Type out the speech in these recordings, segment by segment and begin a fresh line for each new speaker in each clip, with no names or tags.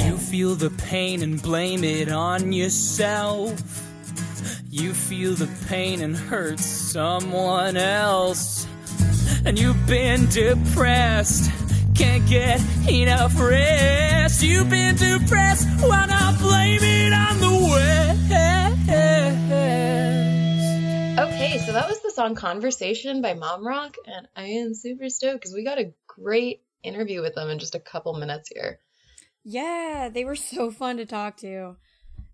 the pain and blame it on yourself. You feel the pain and hurt someone else. And you've been depressed, can't get enough rest. You've been depressed, why not blame it on the West?
Okay, so that was the song Conversation by Mom Rock, and I am super stoked because we got a great interview with them in just a couple minutes here.
Yeah, they were so fun to talk to.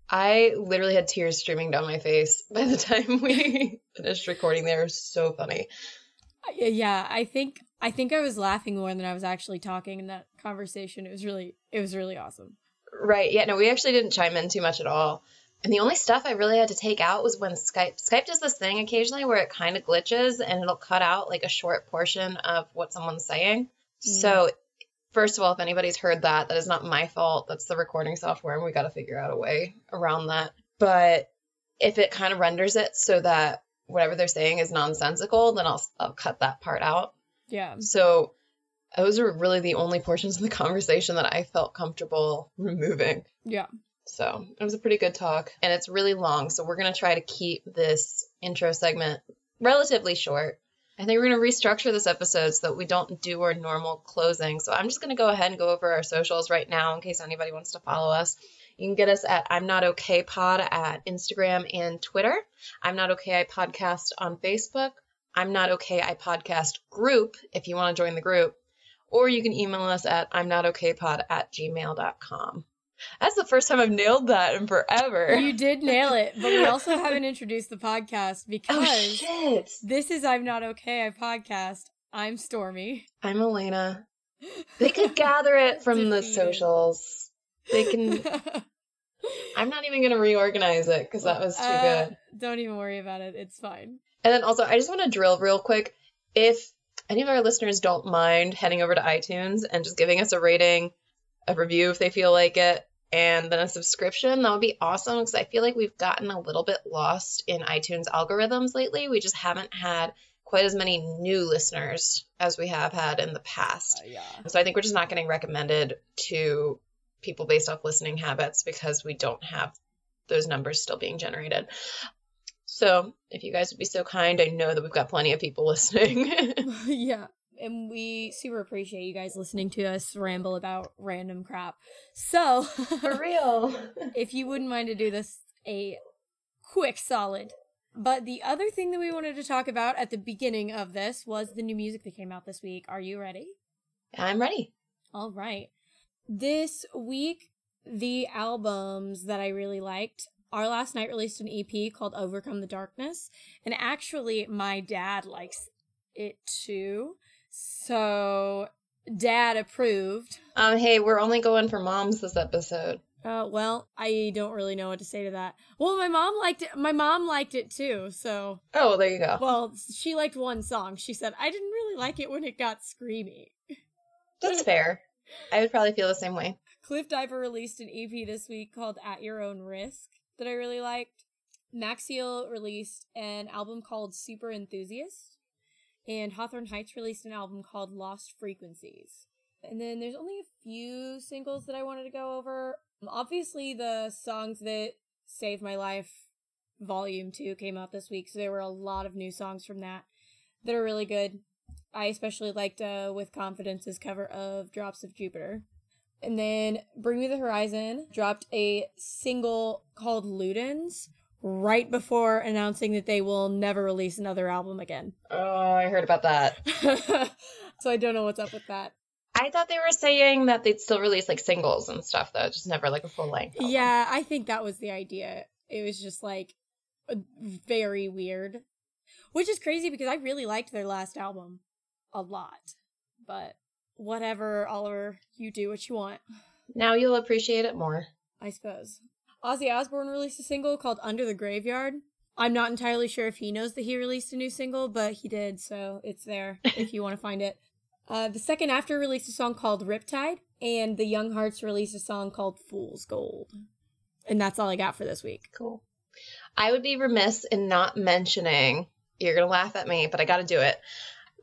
I literally had tears streaming down my face by the time we finished recording. They were so funny.
I- Uh, Yeah, I think I think I was laughing more than I was actually talking in that conversation. It was really it was really awesome.
Right. Yeah. No, we actually didn't chime in too much at all. And the only stuff I really had to take out was when Skype Skype does this thing occasionally where it kind of glitches and it'll cut out like a short portion of what someone's saying. So first of all, if anybody's heard that, that is not my fault. That's the recording software and we got to figure out a way around that. But if it kind of renders it so that whatever they're saying is nonsensical, then I'll I'll cut that part out.
Yeah.
So those are really the only portions of the conversation that I felt comfortable removing.
Yeah.
So it was a pretty good talk, and it's really long. So we're going to try to keep this intro segment relatively short. I think we're going to restructure this episode so that we don't do our normal closing. So I'm just going to go ahead and go over our socials right now in case anybody wants to follow us. You can get us at I'm Not Okay Pod at Instagram and Twitter. I'm Not Okay I Podcast on Facebook. I'm Not Okay I Podcast group if you want to join the group. Or you can email us at I'm Not Okay Pod at gmail.com. That's the first time I've nailed that in forever.
You did nail it, but we also haven't introduced the podcast
oh,
because
shit.
this is I'm Not Okay, I podcast. I'm Stormy.
I'm Elena. They could gather it from the
Defeated.
socials. They can. I'm not even going to reorganize it because that was too
Uh,
good.
Don't even worry about it. It's fine.
And then also, I just want to drill real quick. If any of our listeners don't mind heading over to iTunes and just giving us a rating, a review if they feel like it, and then a subscription, that would be awesome because I feel like we've gotten a little bit lost in iTunes algorithms lately. We just haven't had quite as many new listeners as we have had in the past.
Uh, yeah.
So I think we're just not getting recommended to people based off listening habits because we don't have those numbers still being generated. So if you guys would be so kind, I know that we've got plenty of people listening.
yeah. And we super appreciate you guys listening to us ramble about random crap. So,
real.
if you wouldn't mind to do this a quick solid. But the other thing that we wanted to talk about at the beginning of this was the new music that came out this week. Are you ready?
I'm ready.
All right. This week, the albums that I really liked. Our last night released an EP called Overcome the Darkness. And actually, my dad likes it too. So, dad approved.
Um, hey, we're only going for moms this episode.
Uh, well, I don't really know what to say to that. Well, my mom liked it. My mom liked it too. So,
Oh, there you go.
well, she liked one song. She said, I didn't really like it when it got screamy.
That's fair. I would probably feel the same way.
Cliff Diver released an EP this week called At Your Own Risk that I really liked. Maxiel released an album called Super Enthusiast. And Hawthorne Heights released an album called Lost Frequencies. And then there's only a few singles that I wanted to go over. Obviously, the songs that Save My Life Volume 2 came out this week, so there were a lot of new songs from that that are really good. I especially liked uh, With Confidence's cover of Drops of Jupiter. And then Bring Me the Horizon dropped a single called Ludens right before announcing that they will never release another album again.
Oh, I heard about that.
so I don't know what's up with that.
I thought they were saying that they'd still release like singles and stuff though, just never like a full length. album.
Yeah, I think that was the idea. It was just like uh, very weird, which is crazy because I really liked their last album a lot. But whatever, Oliver, you do what you want.
Now you'll appreciate it more.
I suppose. Ozzy Osbourne released a single called Under the Graveyard. I'm not entirely sure if he knows that he released a new single, but he did, so it's there if you want to find it. Uh, the second after released a song called Riptide, and the Young Hearts released a song called Fool's Gold. And that's all I got for this week.
Cool. I would be remiss in not mentioning, you're going to laugh at me, but I got to do it,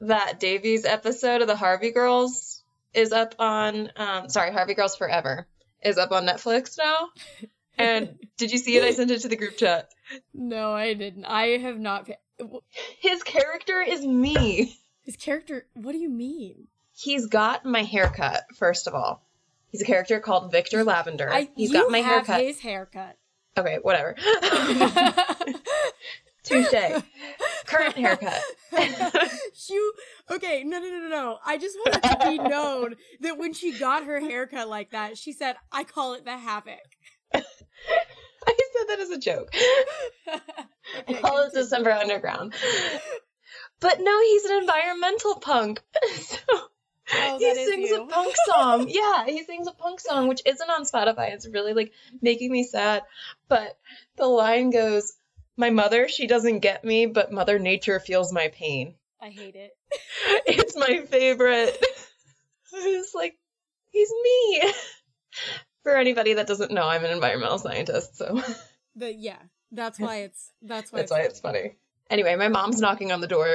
that Davies episode of the Harvey Girls is up on, um, sorry, Harvey Girls Forever is up on Netflix now. And did you see it? I sent it to the group chat.
No, I didn't. I have not. pa-
His character is me.
His character. What do you mean?
He's got my haircut, first of all. He's a character called Victor Lavender.
I,
He's
you
got my
have
haircut.
His haircut.
Okay, whatever. Touche. Current haircut.
you okay? No, no, no, no, no. I just wanted to be known that when she got her haircut like that, she said, "I call it the havoc."
I said that as a joke. I
Okay,
call it
continue.
December Underground. But no, he's an environmental punk. So
Oh,
he
that is
sings a
you.
punk song. yeah, he sings a punk song, which isn't on Spotify. It's really like making me sad. But the line goes, My mother, she doesn't get me, but Mother Nature feels my pain.
I hate it.
It's my favorite. I was like, He's me. For anybody that doesn't know, I'm an environmental scientist, so
But yeah, that's why it's that's why
That's why it's funny. Anyway, my mom's knocking on the door.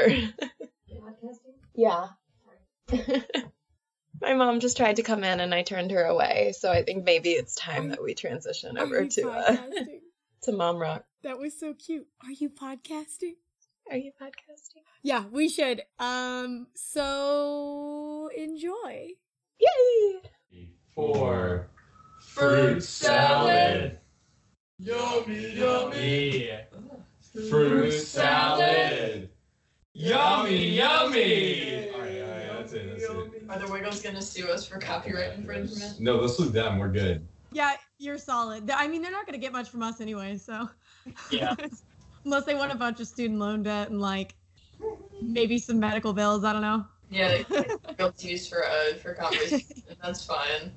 yeah. my mom just tried to come in and I turned her away. So I think maybe it's time that we transition
Are
over
you
to uh,
podcasting?
to mom rock.
That was so cute. Are you podcasting?
Are you podcasting?
Yeah, we should. Um, so enjoy.
Yay!
Four. Fruit salad.
Yummy,
Yummy.
Fruit salad.
Yummy, yummy.
All right, all right, that's it, that's it.
Are the Wiggles gonna sue us for
No, this was them. We're good.
Yeah, you're solid. Th- I mean, they're not going to get much from us anyway, so.
Yeah.
Unless they want a bunch of student loan debt and like maybe some medical bills. I don't know.
Yeah, guilt used for uh, for conversation. That's fine.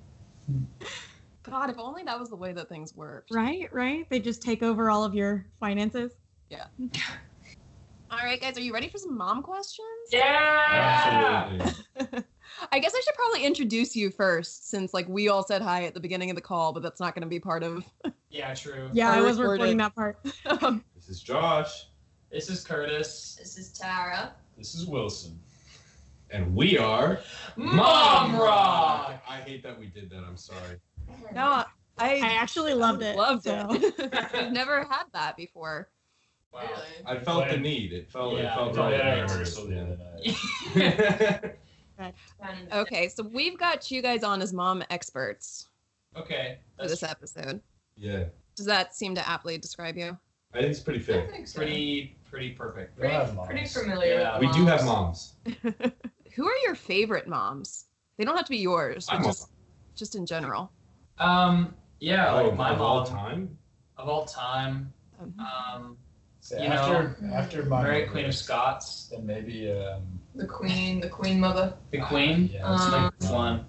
God, if only that was the way that things worked.
Right, right. They just take over all of your finances.
All right, guys, are you ready for some mom questions?
Absolutely.
I guess I should probably introduce you first, since like we all said hi at the beginning of the call, but that's not going to be part of.
Yeah, true.
Yeah, I,
I
was
recorded.
recording that part.
This is Josh.
This is Curtis.
This is Tara.
This is Wilson. And we are
Mom Rock.
I hate that we did that. I'm sorry.
No,
I
I
actually loved it.
loved
so.
it. I've never had that before.
Wow.
Really.
I felt the
Wait.
need. It felt.
Yeah,
it
I
felt
did that at
right.
rehearsal the other night.
Okay, so we've got you guys on as mom experts
Okay.
for
Oh,
this episode.
yeah,
Does that seem to aptly describe you?
I think it's pretty fair.
pretty, pretty perfect.
Pretty-
We'll have moms.
pretty familiar with
Yeah.
We do have moms.
Who are your favorite moms? They don't have to be yours, but
I'm a-
just just in general.
Um, yeah, like
Oh,
my
of
mom
all time.
of all time.
Um,
Um,
So
You
after, after my
Mary Queen of Scots,
and maybe um,
The queen, the queen mother.
the Queen.
Yeah, it's
Um,
That's one.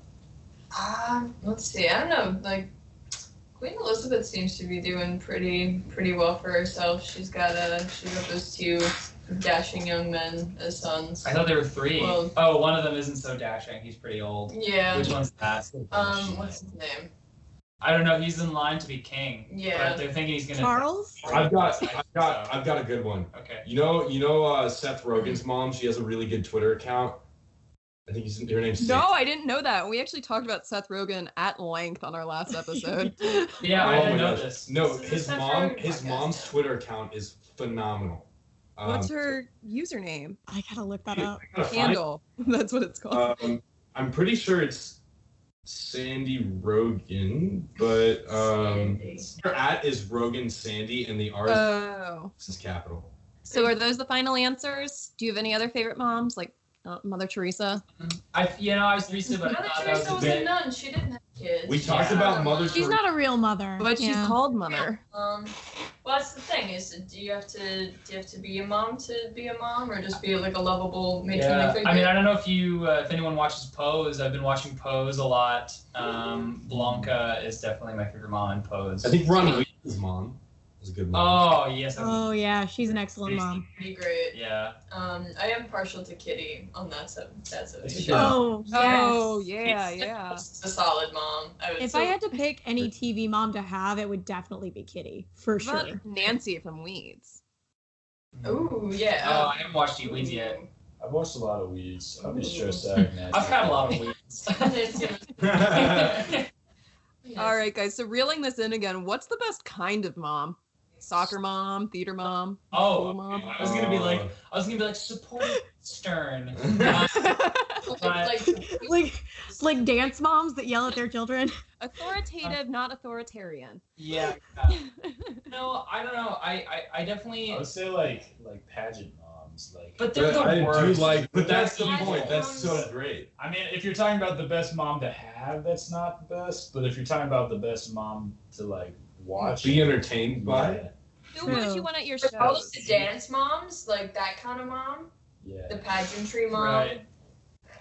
Ah, let's see. I don't know. Like Queen Elizabeth seems to be doing pretty pretty well for herself. She's got a she got those two dashing young men as sons.
I thought there were three.
Well-
oh, one of them isn't so dashing. He's pretty old.
Yeah.
Which one's that?
Um, what's his name?
I don't know. He's in line to be king.
Yeah.
But they're thinking he's gonna.
Charles?
I've got,
I think
I've got,
so.
I've got a good one.
Okay.
You know, you know, uh, Seth Rogen's mom. She has a really good Twitter account. I think he's, her name's.
no,
Sam-
I didn't know that. We actually talked about Seth Rogen at length on our last episode.
Yeah, I
Oh my
didn't know
gosh.
this.
No,
This is
his
Seth
mom,
Rogen
his
podcast.
mom's Twitter account is phenomenal. Um,
What's her username?
I gotta look that
Dude,
up.
I gotta find
Handle. That's what it's called.
it. Um, I'm pretty sure it's Sandy Rogan, but um, her at is Rogan Sandy, and the R is,
Oh.
is capital.
So are those the final answers? Do you have any other favorite moms like uh, Mother Teresa?
I, you know, I was recent, but I
Mother
thought that was
Teresa
a
was
bit.
a nun. She didn't have kids.
We
She
talked
was
about
a
Mother
nun.
She's not a real mother.
But she's
yeah.
called Mother.
Um, well, that's the thing is, do you have to do you have to be a mom to be a mom, or just be like a lovable matronly
Yeah.
figure?
I mean, I don't know if you, uh, if anyone watches Pose. I've been watching Pose a lot. Um, Blanca is definitely my favorite mom in Pose.
I think Ron Weasley's mom is a good mom.
Oh yes. I-
Oh, yeah, she's an excellent mom.
Pretty great.
Yeah.
Um, I am partial to Kitty on that sub. That's a,
Yes,
that's
you
a,
are.
Oh, yes.
Oh yeah, yeah.
solid mom. I would
If
say.
I had to pick any TV mom to have, it would definitely be Kitty, for
What about
sure.
Nancy from Weeds?
Ooh, yeah.
Oh, I haven't watched Eat Weeds yet.
I've watched a lot of weeds. I'll be sure Sarah.
I've had a lot of weeds.
Nancy was-
Oh.
All right, guys. So reeling this in again, what's the best kind of mom? Soccer mom, theater mom.
Oh,
Cool mom.
I was
Oh.
gonna be like, I was gonna be like supportive stern. Uh,
Like,
Right.
like-
like like dance moms that yell at their children.
Authoritative,
not authoritarian.
yeah. No, I don't know. I, I, I definitely.
I would say like like pageant moms. Like,
But they're
But
the
I do
worst.
like, but
They're
that's the
evil.
point. That's so great.
I mean, if you're talking about the best mom to have, that's not the best. But if you're talking about the best mom to like watch,
Be entertained by it.
Who would
True.
you want at your
for all
show?
of the dance moms, like that kind of mom,
yeah,
the pageantry mom.
Right.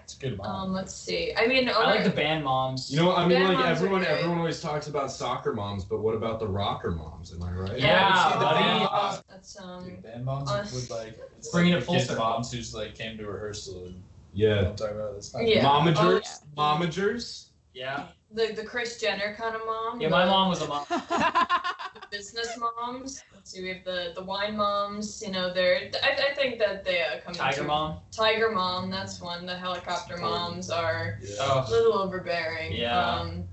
it's a good mom.
Um, let's see. I mean,
I like
other-
the band moms.
You know, I mean,
Bad
like
moms are
everyone,
great.
everyone always talks about soccer moms, but what about the rocker moms? Am I right?
Yeah,
See, the
buddy.
band moms-
that's
Dude,
um.
band moms
us-
would like it's
Bringing it
like the
full
kid
circle.
Moms who's like came to rehearsal and you know
Yeah.
what I'm talking about this.
Yeah.
Momagers, momagers.
Yeah.
The the Chris Jenner kind of mom.
Yeah, my
the-
mom was a mom.
the business moms. Let's see, we have the the wine moms. You know, they're. I, I think that they uh, come.
Tiger
into-
mom.
Tiger mom. That's one. The helicopter moms are
Oh.
a little overbearing.
Yeah.
Um,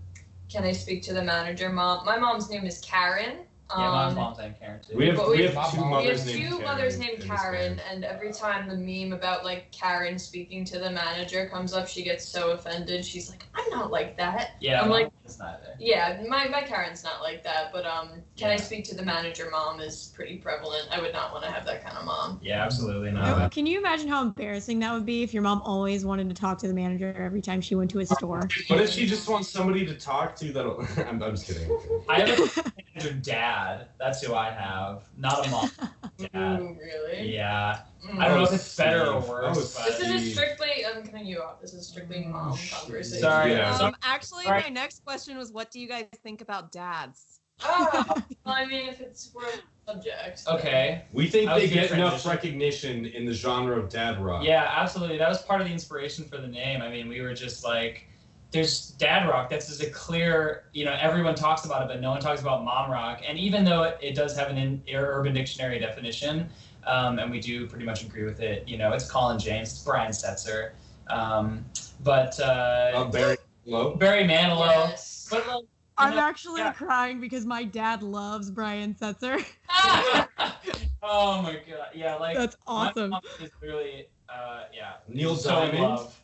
can I speak to the manager mom? My mom's name is Karen. Um,
Yeah, my mom's named Karen too.
We have
But
we
we
have
have
two
mom-
We
mothers
have
named
two
Karen
mothers named
in this
Karen,
band.
and every time the meme about like Karen speaking to the manager comes up, she gets so offended. She's like, "I'm not like that."
yeah,
I'm
my
like-
mom's neither.
Yeah, my my Karen's not like that, but um, can I
Yeah.
speak to the manager? Mom is pretty prevalent. I would not want to have that kind of mom.
Yeah, absolutely not.
Can you imagine how embarrassing that would be if your mom always wanted to talk to the manager every time she went to a store?
What if she just wants somebody to talk to? That'll. I'm, I'm just kidding.
I have a manager dad. That's who I have. Not a mom. Dad.
Ooh, really?
Yeah.
Mm.
I don't know if
Oh,
it's better or
Steve.
worse,
Oh,
but-
This is
Steve.
a strictly. I'm cutting you off. This is strictly mom conversation.
Sorry.
Yeah.
Sorry.
Um,
actually,
Sorry.
my next question was, what do you guys think about dads?
Oh, well, I mean, if it's for a subject. then-
Okay.
We think
That was
they
a good
get enough
transition.
recognition in the genre of dad rock.
Yeah, absolutely. That was part of the inspiration for the name. I mean, we were just like, there's dad rock. That's just a clear, you know, everyone talks about it, but no one talks about mom rock. And even though it, it does have an in, urban dictionary definition, um, and we do pretty much agree with it, you know, it's Colin James, it's Brian Setzer, um, but
Uh,
uh,
Barry Low.
Barry Manilow.
Yes.
But like,
I'm
Yeah.
actually
Yeah.
crying because my dad loves Brian Setzer.
Ah!
oh my god, yeah, like
That's
my
awesome.
mom is really, uh, yeah,
Neil
so in
Diamond.
love.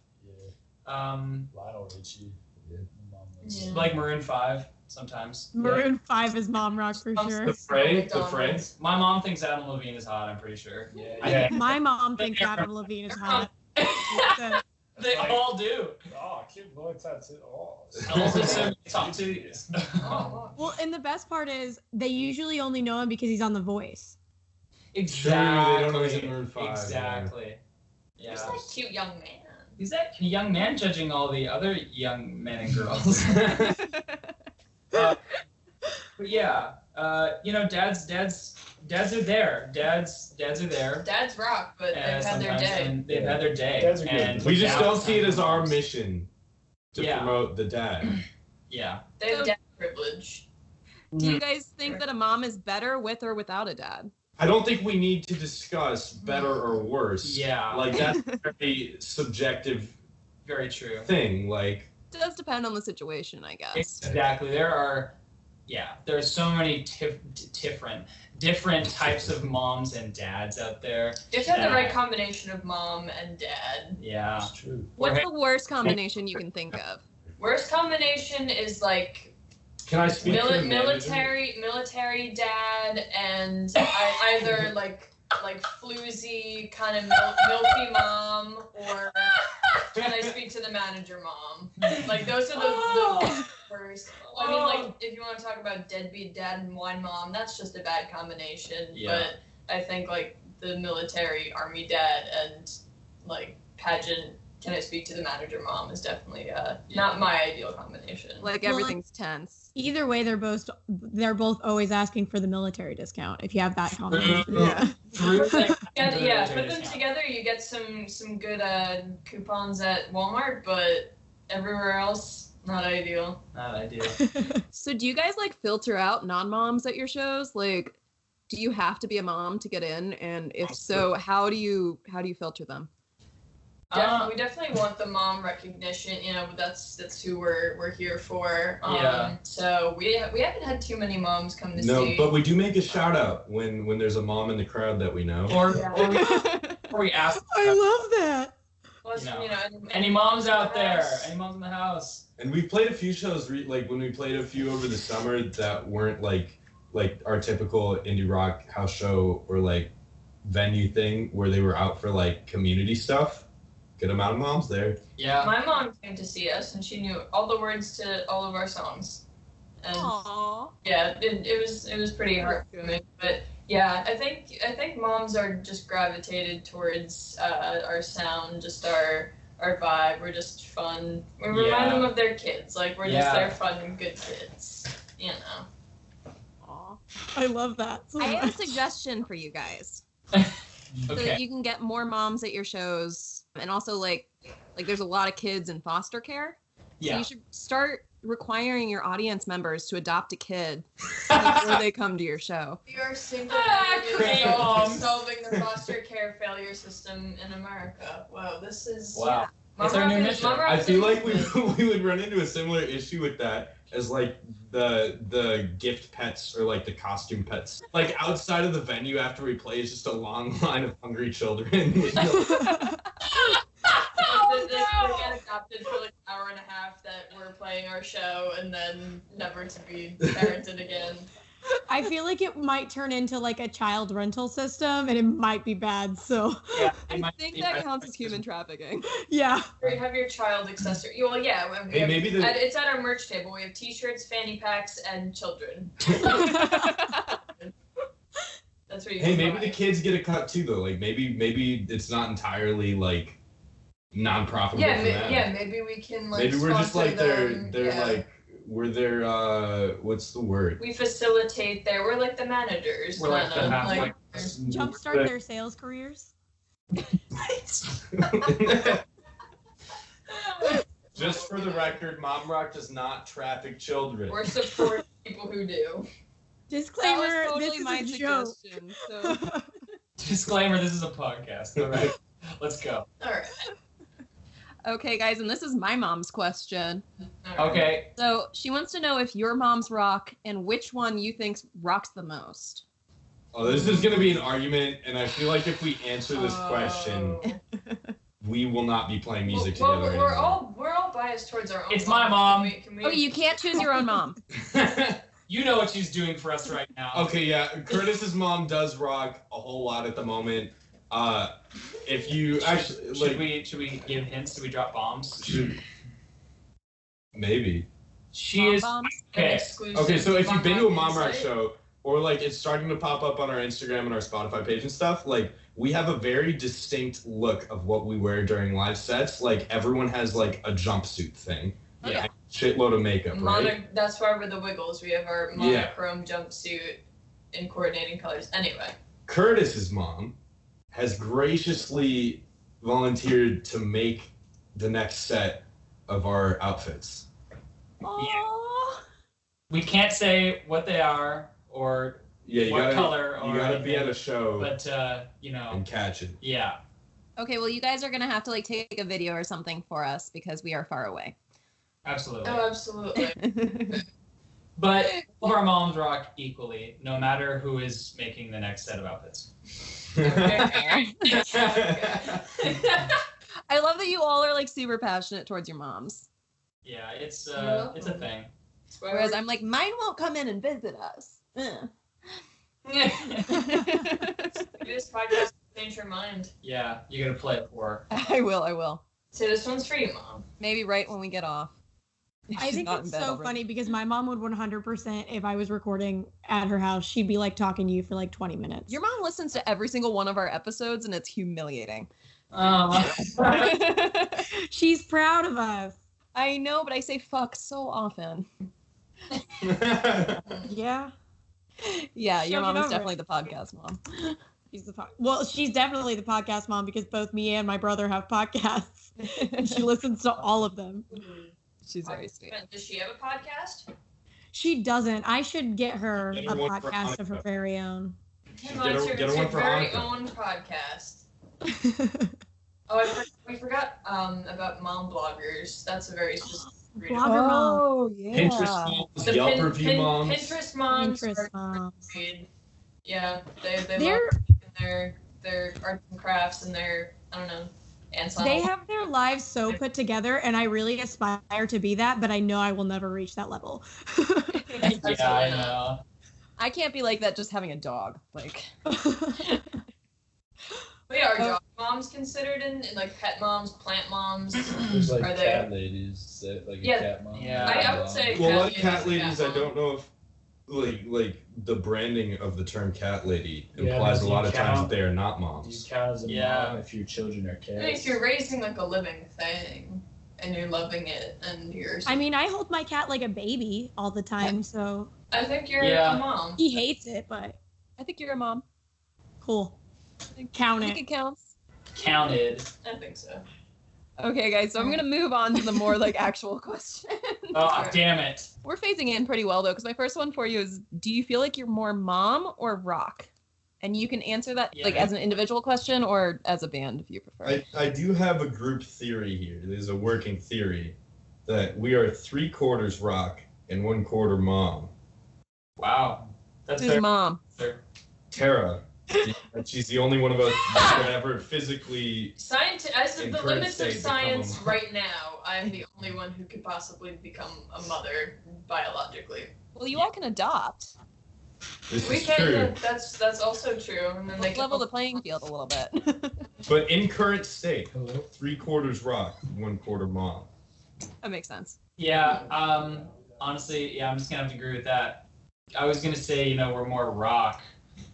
Um,
Lionel Richie.
Yeah.
Mom
Yeah.
like Maroon Five sometimes.
Maroon 5 is mom rock for
Um,
sure.
The Fray. The Fray.
McDonald's.
My mom thinks Adam Levine is hot. I'm pretty sure.
Yeah,
I
yeah.
think-
My mom thinks Adam Levine is hot. So,
They
Like-
all do.
Oh, cute boy tattoo. Oh,
Also, so top two.
Oh, wow.
well, and the best part is they usually only know him because he's on The Voice.
exactly.
True, they don't know he's in Maroon five, yeah.
Exactly. Yeah.
He's like a cute young man.
He's that young man judging all the other young men and girls. Uh, but yeah, uh, you know, dads, dads, dads are there. Dads, dads are there.
Dads rock, but
Uh,
they've had their
sometimes,
day.
and They've had their day.
Dads are good.
and
We just
dads-
don't see it as our mission to
Yeah.
promote the dad.
Yeah.
They have
So-
dad privilege.
Do
Mm.
you guys think that a mom is better with or without a dad?
I don't think we need to discuss better or worse.
Yeah.
Like that's a very subjective
Very true.
thing. Like
does depend on the situation, I guess.
Exactly. There are, yeah, there are so many tif- d- different different types of moms and dads out there.
You have to have the right
Yeah.
combination of mom and dad.
Yeah.
That's true.
What's
Jorge-
the worst combination you can think of?
Worst combination is like
can I speak to
mili-
the manager?
military, military dad, and I, either like like floozy kind of mil- milky mom, or can I speak to the manager mom? Like those are the, the worst. I mean, like if you want to talk about deadbeat dad and wine mom, that's just a bad combination.
Yeah.
But I think like the military army dad and like pageant. Can I speak to the manager mom? Is definitely uh, not my ideal combination.
Like
Well,
everything's tense.
Either way, they're both they're both always asking for the military discount if you have that combination.
Yeah.
True.
yeah,
Under
yeah
the
put them
discount.
together, you get some some good uh, coupons at Walmart, but everywhere else, not ideal.
Not ideal.
So do you guys like filter out non-moms at your shows? Like do you have to be a mom to get in and if so, how do you how do you filter them?
Def-
Uh,
Um, we definitely want the mom recognition, you know. But that's that's who we're we're here for. Um,
Yeah.
So we ha- we haven't had too many moms come to
No,
see.
but we do make a shout out when when there's a mom in the crowd that we know.
Or,
Yeah.
or, we, or we ask
I love that.
Plus,
you know,
you know, and-
any
and-
moms out there, any moms in the house.
And we played a few shows, re- like when we played a few over the summer that weren't like like our typical indie rock house show or like venue thing where they were out for like community stuff. Good amount of moms there.
Yeah.
My mom came to see us, and she knew all the words to all of our songs. And
Aww.
yeah, it, it was it was pretty heartwarming. But yeah, I think I think moms are just gravitated towards uh, our sound, just our our vibe. We're just fun. We
Yeah.
remind them of their kids. Like we're
Yeah.
just their fun and good kids. You know.
Aw.
I love that. So
I have a
much.
suggestion for you guys. So that
Okay.
you can get more moms at your shows and also like like there's a lot of kids in foster care. So
Yeah.
you should start requiring your audience members to adopt a kid before they come to your show.
We are single
Ah, great moms.
solving the foster care failure system in America. Wow, this is
Wow.
Mom
It's our new
Rock is-
mission.
Mom Rock
I
is
feel like we
amazing.
we would run into a similar issue with that as like the the gift pets or like the costume pets. Like outside of the venue after we play is just a long line of hungry children. with no-
They- they, they get adopted for like an hour and a half that we're playing our show and then never to be parented again.
I feel like it might turn into like a child rental system and it might be bad. So,
yeah. it
I
might-
think
it
that
might-
counts as human trafficking.
yeah.
Or you have your child accessory. Well, yeah. we- we
Hey,
have-
maybe the-
at- it's at our merch table. We have T-shirts, fanny packs, and children. That's what you.
Hey,
can
maybe
buy.
the kids get a cut too, though. Like maybe maybe it's not entirely like non-profitable.
Yeah,
for
ma-
them.
yeah. Maybe we can like.
maybe we're just
sponsor
like
them.
they're they're
Yeah.
like we're their uh what's the word?
We facilitate there. We're like the managers.
We're like the
kinda,
half
Uh, like-
like,
Jumpstart their sales careers.
just for the record, Mom Rock does not traffic children.
We're support people who do.
That
Disclaimer:
was
This
totally
is
my
a joke.
suggestion. So
disclaimer. This is a podcast. All right. Let's go.
All right.
okay guys, and this is my mom's question.
all right.
Okay.
So she wants to know if your mom's rock and which one you think rocks the most.
oh, this is gonna be an argument, and I feel like if we answer this question,
Oh.
we will not be playing music
well,
together.
We're, we're
anymore.
all we're all biased towards our own.
It's my mom.
Can we, can we,
Oh, you can't choose your own mom.
You know what she's doing for us right now.
Okay, yeah. Curtis's mom does rock a whole lot at the moment. Uh, if you actually
Should
like,
we should we give hints? Do we drop bombs?
maybe.
She
Mom
is
bombs?
an
okay.
exclusive
Okay, so if you've been to a mom rock
insight?
show, or like it's starting to pop up on our Instagram and our Spotify page and stuff, like we have a very distinct look of what we wear during live sets. Like everyone has like a jumpsuit thing,
Oh, Yeah.
shitload of makeup,
Mono-
right?
that's why we're the Wiggles. We have our
Yeah.
monochrome jumpsuit in coordinating colors. Anyway,
Curtis's mom has graciously volunteered to make the next set of our outfits.
Aww.
We can't say what they are or
Yeah, you
what
gotta
color or
you gotta be at
anything,
a show
but uh, you know,
and catch it.
yeah.
Okay, well you guys are gonna have to like take a video or something for us because we are far away.
Absolutely.
oh, absolutely.
But all of our moms rock equally, no matter who is making the next set of outfits.
Okay.
I love that you all are like super passionate towards your moms.
Yeah, it's uh,
Yeah.
it's a thing.
That's why
Whereas
we're-
I'm like, mine won't come in and visit us. Ugh.
this podcast will change your mind.
yeah, you gotta play it for.
I will, I will.
So this one's for you, mom.
Maybe right when we get off.
I
She's
think
not
it's
in bed
so
already.
funny because my mom would 100% if I was recording at her house, she'd be like talking to you for like 20 minutes.
Your mom listens to every single one of our episodes and it's humiliating.
Um,
She's proud of us.
I know, but I say fuck so often.
Yeah.
Yeah, your
She'll
mom
get
is
over
definitely
it.
the podcast mom.
She's the po- well, she's definitely the podcast mom because both me and my brother have podcasts. And she listens to all of them.
Mm-hmm. She's very sweet.
Does she have a podcast?
She doesn't. I should get her a
Get her one for
podcast of her
Hanukkah.
very own.
Get
Come on,
her-
it's your,
get her
it's
one
your
for
very
Hanukkah.
own podcast. Oh, I for- we forgot um, about mom bloggers. That's a very specific breed. of-
Blogger mom.
Oh, yeah.
Pinterest moms,
The
Yelp
Pin-
review
Pin-
moms.
Pinterest moms.
Pinterest
are
moms.
a breed. Yeah, they they
They're-
love their their arts and crafts and their I don't know ensemble.
They have their lives so put together, and I really aspire to be that, but I know I will never reach that level.
yeah, I know.
I can't be like that just having a dog. Like,
Wait, are dog moms considered in, in like pet moms, plant moms?
There's like
Are they-
cat ladies, that, like um,
Yeah.
a cat mom.
Yeah.
I- I would say-
Well, a lot
cat
of
ladies,
cat
cat
ladies, I
mom.
don't know if like like the branding of the term cat lady
Yeah,
implies
do
a
you
lot of times
count-
that they are not
Do you
moms.
count as a
Yeah.
mom if your children are
I mean,
cats?
if you're raising like a living thing and you're loving it and you're,
I mean, I hold my cat like a baby all the time, so
I think you're
Yeah.
a mom.
he hates it, but
I think you're a mom.
cool. Count
I think
it.
it counts.
Counted.
I think so.
Okay, guys. So I'm gonna move on to the more like actual question.
Oh, damn it.
We're phasing in pretty well though, because my first one for you is: Do you feel like you're more mom or rock? And you can answer that like
Yeah.
as an individual question or as a band if you prefer.
I, I do have a group theory here. There's a working theory that we are three quarters rock and one quarter mom.
Wow. That's
Who's
fair.
mom?
Tara, and she's the only one of us that could ever physically.
Science, as of
In
the
current
limits of
state, become a
science
mom.
right now, I'm the only one who could possibly become a mother biologically.
Well, you all can adopt.
This
We
is
can.
true.
yeah, That's that's also true. And then they
Let's
can-
level the playing field a little bit.
But in current state,
Hello?
three quarters rock, one quarter mom.
that makes sense.
Yeah. Um. Honestly, yeah, I'm just gonna have to agree with that. I was gonna say, you know, we're more rock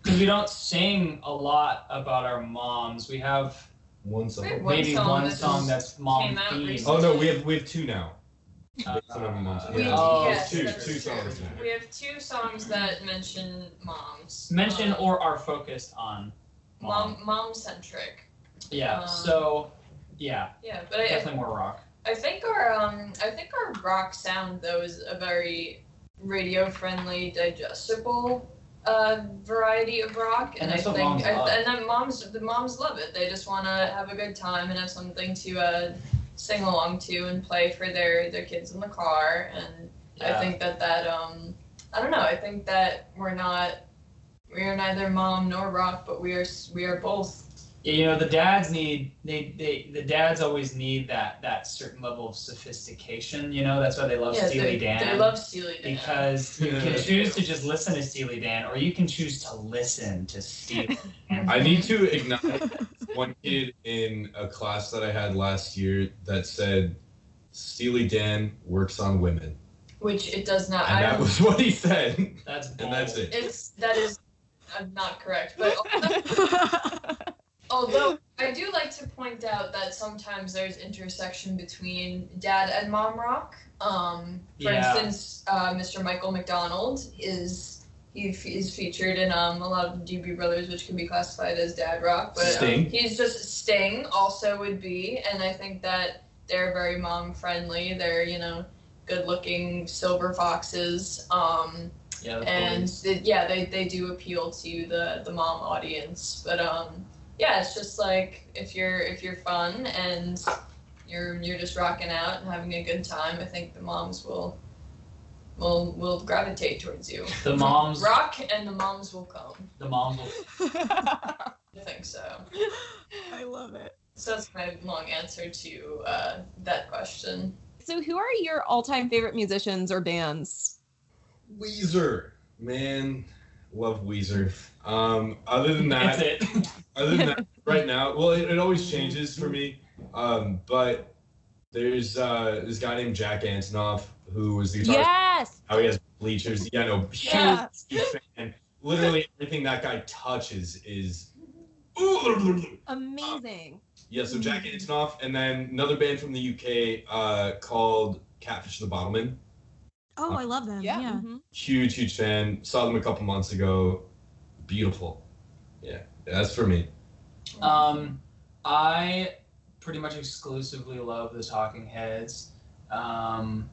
because we don't sing a lot about our moms. We have
One
Wait,
song.
One
maybe
song
one
that
song
just
that's mom
came out
themed.
recently.
Oh no, we have we have two now.
Uh,
That's what I'm on.
we-
Yeah.
oh,
yes,
two,
that's
two
true.
songs now.
We have two songs that mention moms.
Oh, mention
Um,
or are focused on mom.
mom mom centric.
Yeah.
um,
So, yeah,
Yeah, but I,
definitely more rock.
I think our um I think our rock sound though is a very radio friendly, digestible uh variety of rock, and,
And
I
that's what
think
moms
I,
love.
and then moms the moms love it. They just want to have a good time and have something to uh sing along to and play for their their kids in the car. And
Yeah.
I think that that um I don't know. I think that we're not we are neither mom nor rock, but we are s- we are both.
Yeah, you know the dads need they, they the dads always need that that certain level of sophistication. You know that's why they love
yeah,
Steely
they,
Dan.
they love Steely Dan.
because you can choose to just listen to Steely Dan, or you can choose to listen to Steely Dan.
I need to acknowledge one kid in a class that I had last year that said Steely Dan works on women.
which it does not.
And
I
that
don't-
was what he said. And
That's bold.
that's it.
It's that is uh, not correct, but although, although I do like to point out that sometimes there's intersection between dad and mom rock. Um, for
Yeah.
instance, uh, Mr. Michael McDonald is he f- is featured in um, a lot of the DB Brothers, which can be classified as dad rock, but um,
Sting.
he's just Sting also would be, and I think that they're very mom friendly. They're you know good looking silver foxes. Um,
Yeah, the
and
boys.
th- yeah they, they do appeal to the the mom audience but um yeah it's just like if you're if you're fun and you're you're just rocking out and having a good time i think the moms will will will gravitate towards you
the moms,
rock and the moms will come
the moms. Will,
i think so
I love it.
so that's my long answer to uh, that question
So, who are your all-time favorite musicians or bands?
Weezer. Man, love Weezer. Um, other than that,
that's it.
other than that, right now, well, it, it always changes for me. Um, but there's uh, this guy named Jack Antonoff who was the guitarist.
Yes.
How he has bleachers. Yeah, no, huge,
Yeah.
huge fan. Literally everything that guy touches is.
Amazing.
Yeah, so Jack Antonoff, and then another band from the UK uh, called Catfish and the Bottlemen.
Oh, I love them. Yeah.
Yeah. mhm.
Huge, huge fan. Saw them a couple months ago. Beautiful. Yeah, that's for me.
Um, I pretty much exclusively love the Talking Heads. Um,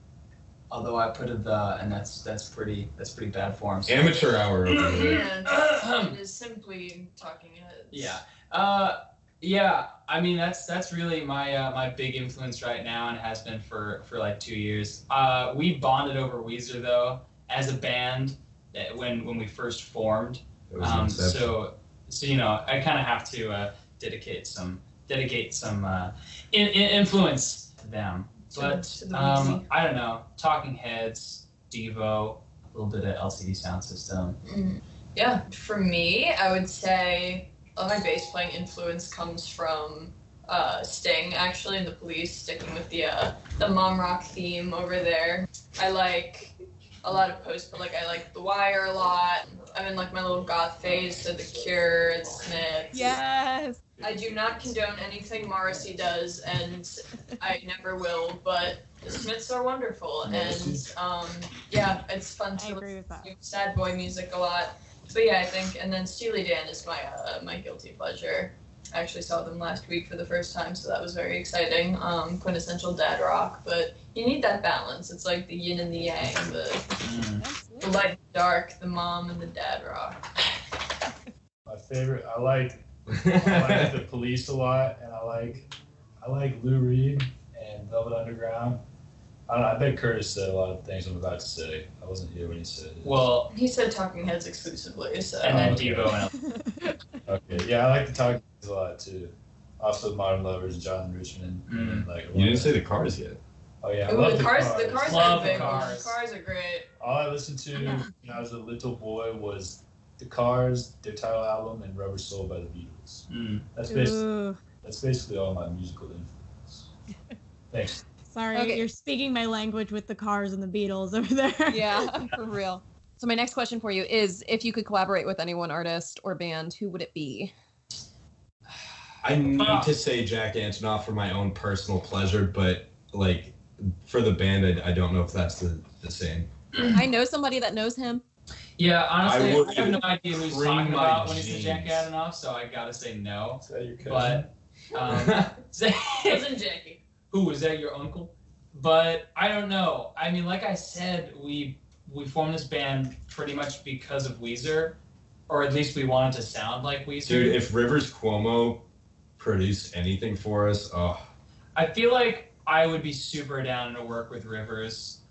although I put a the, and that's that's pretty that's pretty bad form. so-
Mm-hmm. Amateur hour. Over here.
yeah it's- it is simply talking heads
Yeah. Uh, Yeah, I mean that's that's really my uh, my big influence right now and has been for for like two years. Uh, we bonded over Weezer though as a band eh, when when we first formed.
That was
Um,
inception.
so so you know I kind of have to uh, dedicate some dedicate some uh, in, in influence to them.
To-
But
to the
um,
Weezy.
I don't know, Talking Heads, Devo, a little bit of LCD Sound System.
Mm. Yeah, for me, I would say all my bass playing influence comes from uh, Sting, actually, and the Police, sticking with the uh, the mom rock theme over there. I like a lot of post, but like I like The Wire a lot. I'm in like my little goth phase, so The Cure and Smiths.
Yes.
I do not condone anything Morrissey does, and I never will. But the Smiths are wonderful, and um, yeah, it's fun
I
to
agree with that.
do sad boy music a lot. But yeah, I think, and then Steely Dan is my uh, my guilty pleasure. I actually saw them last week for the first time, so that was very exciting. Um, quintessential dad rock, but you need that balance. It's like the yin and the yang, the,
Mm.
the light and dark, the mom and the dad rock.
My favorite. I like I like the Police a lot, and I like I like Lou Reed and Velvet Underground. I, don't know, I bet Curtis said a lot of things I'm about to say. I wasn't here when he said it.
Well,
He said Talking Heads exclusively, so
and then
Oh, okay.
Devo and
okay, yeah, I like the Talking Heads a lot too. Also, Modern Lovers, John Richmond.
Mm,
And like,
Mm. you didn't say the cars yet.
Oh yeah, I
Ooh,
love
the cars, the cars
Love
are
the
big.
Cars.
cars are great.
All I listened to when I was a little boy was the Cars, their title album, and Rubber Soul by the Beatles.
Mm.
That's basically
Ooh,
that's basically all my musical influence. Thanks.
sorry,
Okay.
you're speaking my language with the cars and the Beatles over there.
Yeah, for real. So my next question for you is if you could collaborate with any one artist or band, who would it be?
I need
Ah.
to say Jack Antonoff for my own personal pleasure, but like for the band, I, I don't know if that's the, the same.
I know somebody that knows him.
Yeah, honestly,
I
I,
would
have no idea who he's
cream
talking
my
about when he said Jack
jeans.
Adanoff, so I gotta say no.
Is that your cousin?
But um,
Cousin Jackie.
who is that? Your uncle? But I don't know. I mean, like I said, we we formed this band pretty much because of Weezer, or at least we wanted to sound like Weezer.
Dude, if Rivers Cuomo produced anything for us, oh,
I feel like I would be super down to work with Rivers.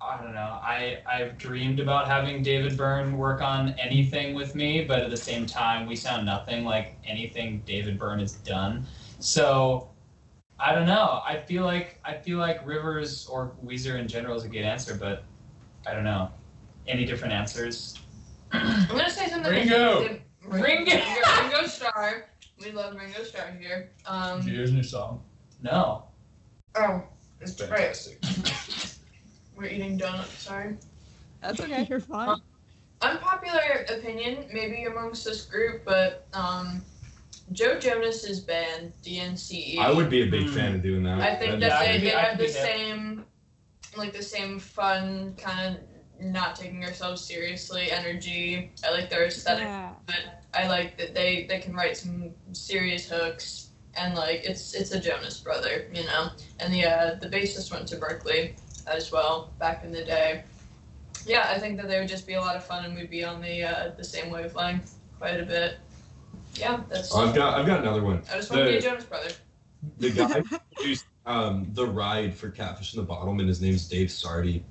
I don't know. I I've dreamed about having David Byrne work on anything with me, but at the same time, we sound nothing like anything David Byrne has done. So I don't know. I feel like I feel like Rivers or Weezer in general is a good answer, but I don't know. Any different answers?
I'm gonna say something.
Ringo.
Ringo.
Ringo.
Ringo Starr. We love Ringo Starr here.
Did you
Um.
hear his new song?
No.
Oh,
It's
right.
fantastic.
We're eating donuts. Sorry.
That's okay.
You're fine.
Unpopular opinion, maybe amongst this group, but um, Joe Jonas's band DNCE.
I would be a big
Hmm.
fan of doing that.
E. I
That'd
think
Yeah,
that
I
they,
could
they
be- I
have
could
the
be hip.
same, like the same fun kind of not taking ourselves seriously energy. I like their aesthetic.
Yeah.
I like that they they can write some serious hooks and like it's it's a Jonas brother, you know. And the uh, the bassist went to Berkeley as well back in the day. Yeah, I think that they would just be a lot of fun and we'd be on the uh, the same wavelength quite a bit. Yeah, that's.
Oh, I've got I've got another one.
I just want to be a
the-
Jonas brother.
The guy who produced um, the ride for Catfish in the Bottleman. His name's Dave Sardi.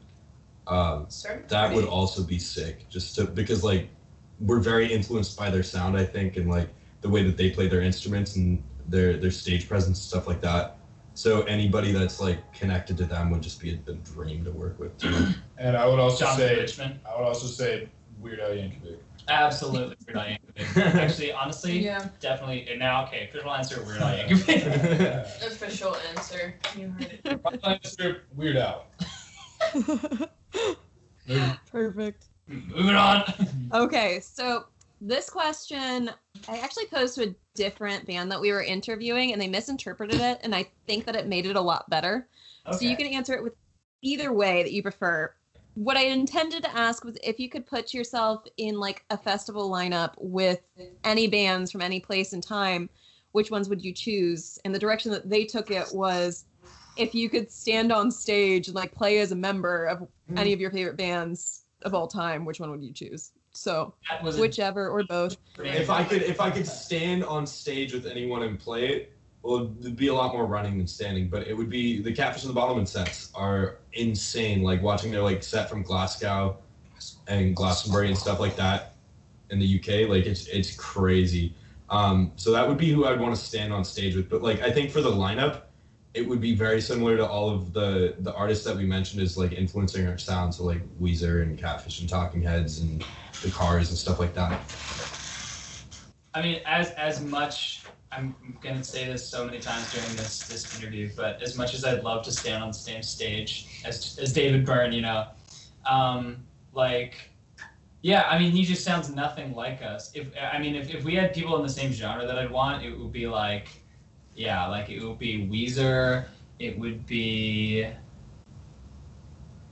Um,
Sorry.
that would also be sick, just to because like we're very influenced by their sound, I think, and like the way that they play their instruments and their their stage presence and stuff like that. So anybody that's like connected to them would just be a, a dream to work with. Too.
And I would also
Jonathan
say
Richmond.
I would also say Weird Al Yankovic.
Absolutely. Weird Al Yankovic. Actually, honestly,
Yeah,
definitely. And now, okay, official answer: Weird Al Yankovic.
Uh,
official answer. You heard it.
Final answer, Weird Al.
Perfect.
Moving on.
Okay, so this question I actually posed to a different band that we were interviewing and they misinterpreted it and I think that it made it a lot better. So you can answer it with either way that you prefer. What I intended to ask was if you could put yourself in like a festival lineup with any bands from any place and time, which ones would you choose? And the direction that they took it was if you could stand on stage and like play as a member of any of your favorite bands of all time, which one would you choose? So
That was a
whichever or both.
different
If I could, if I could stand on stage with anyone and play it, well, it'd be a lot more running than standing. But it would be the Catfish and the Bottleman sets are insane. Like watching their like set from Glasgow and Glastonbury and stuff like that in the UK, like it's it's crazy. Um, so that would be who I'd want to stand on stage with. But like I think for the lineup, it would be very similar to all of the the artists that we mentioned as like influencing our sound. So like Weezer and Catfish and Talking Heads and the Cars and stuff like that.
I mean, as as much I'm gonna say this so many times during this this interview, but as much as I'd love to stand on the same stage as as David Byrne, you know, um, like, yeah, I mean, he just sounds nothing like us. If I mean, if if we had people in the same genre that I'd want, it would be like, yeah, like it would be Weezer. It would be.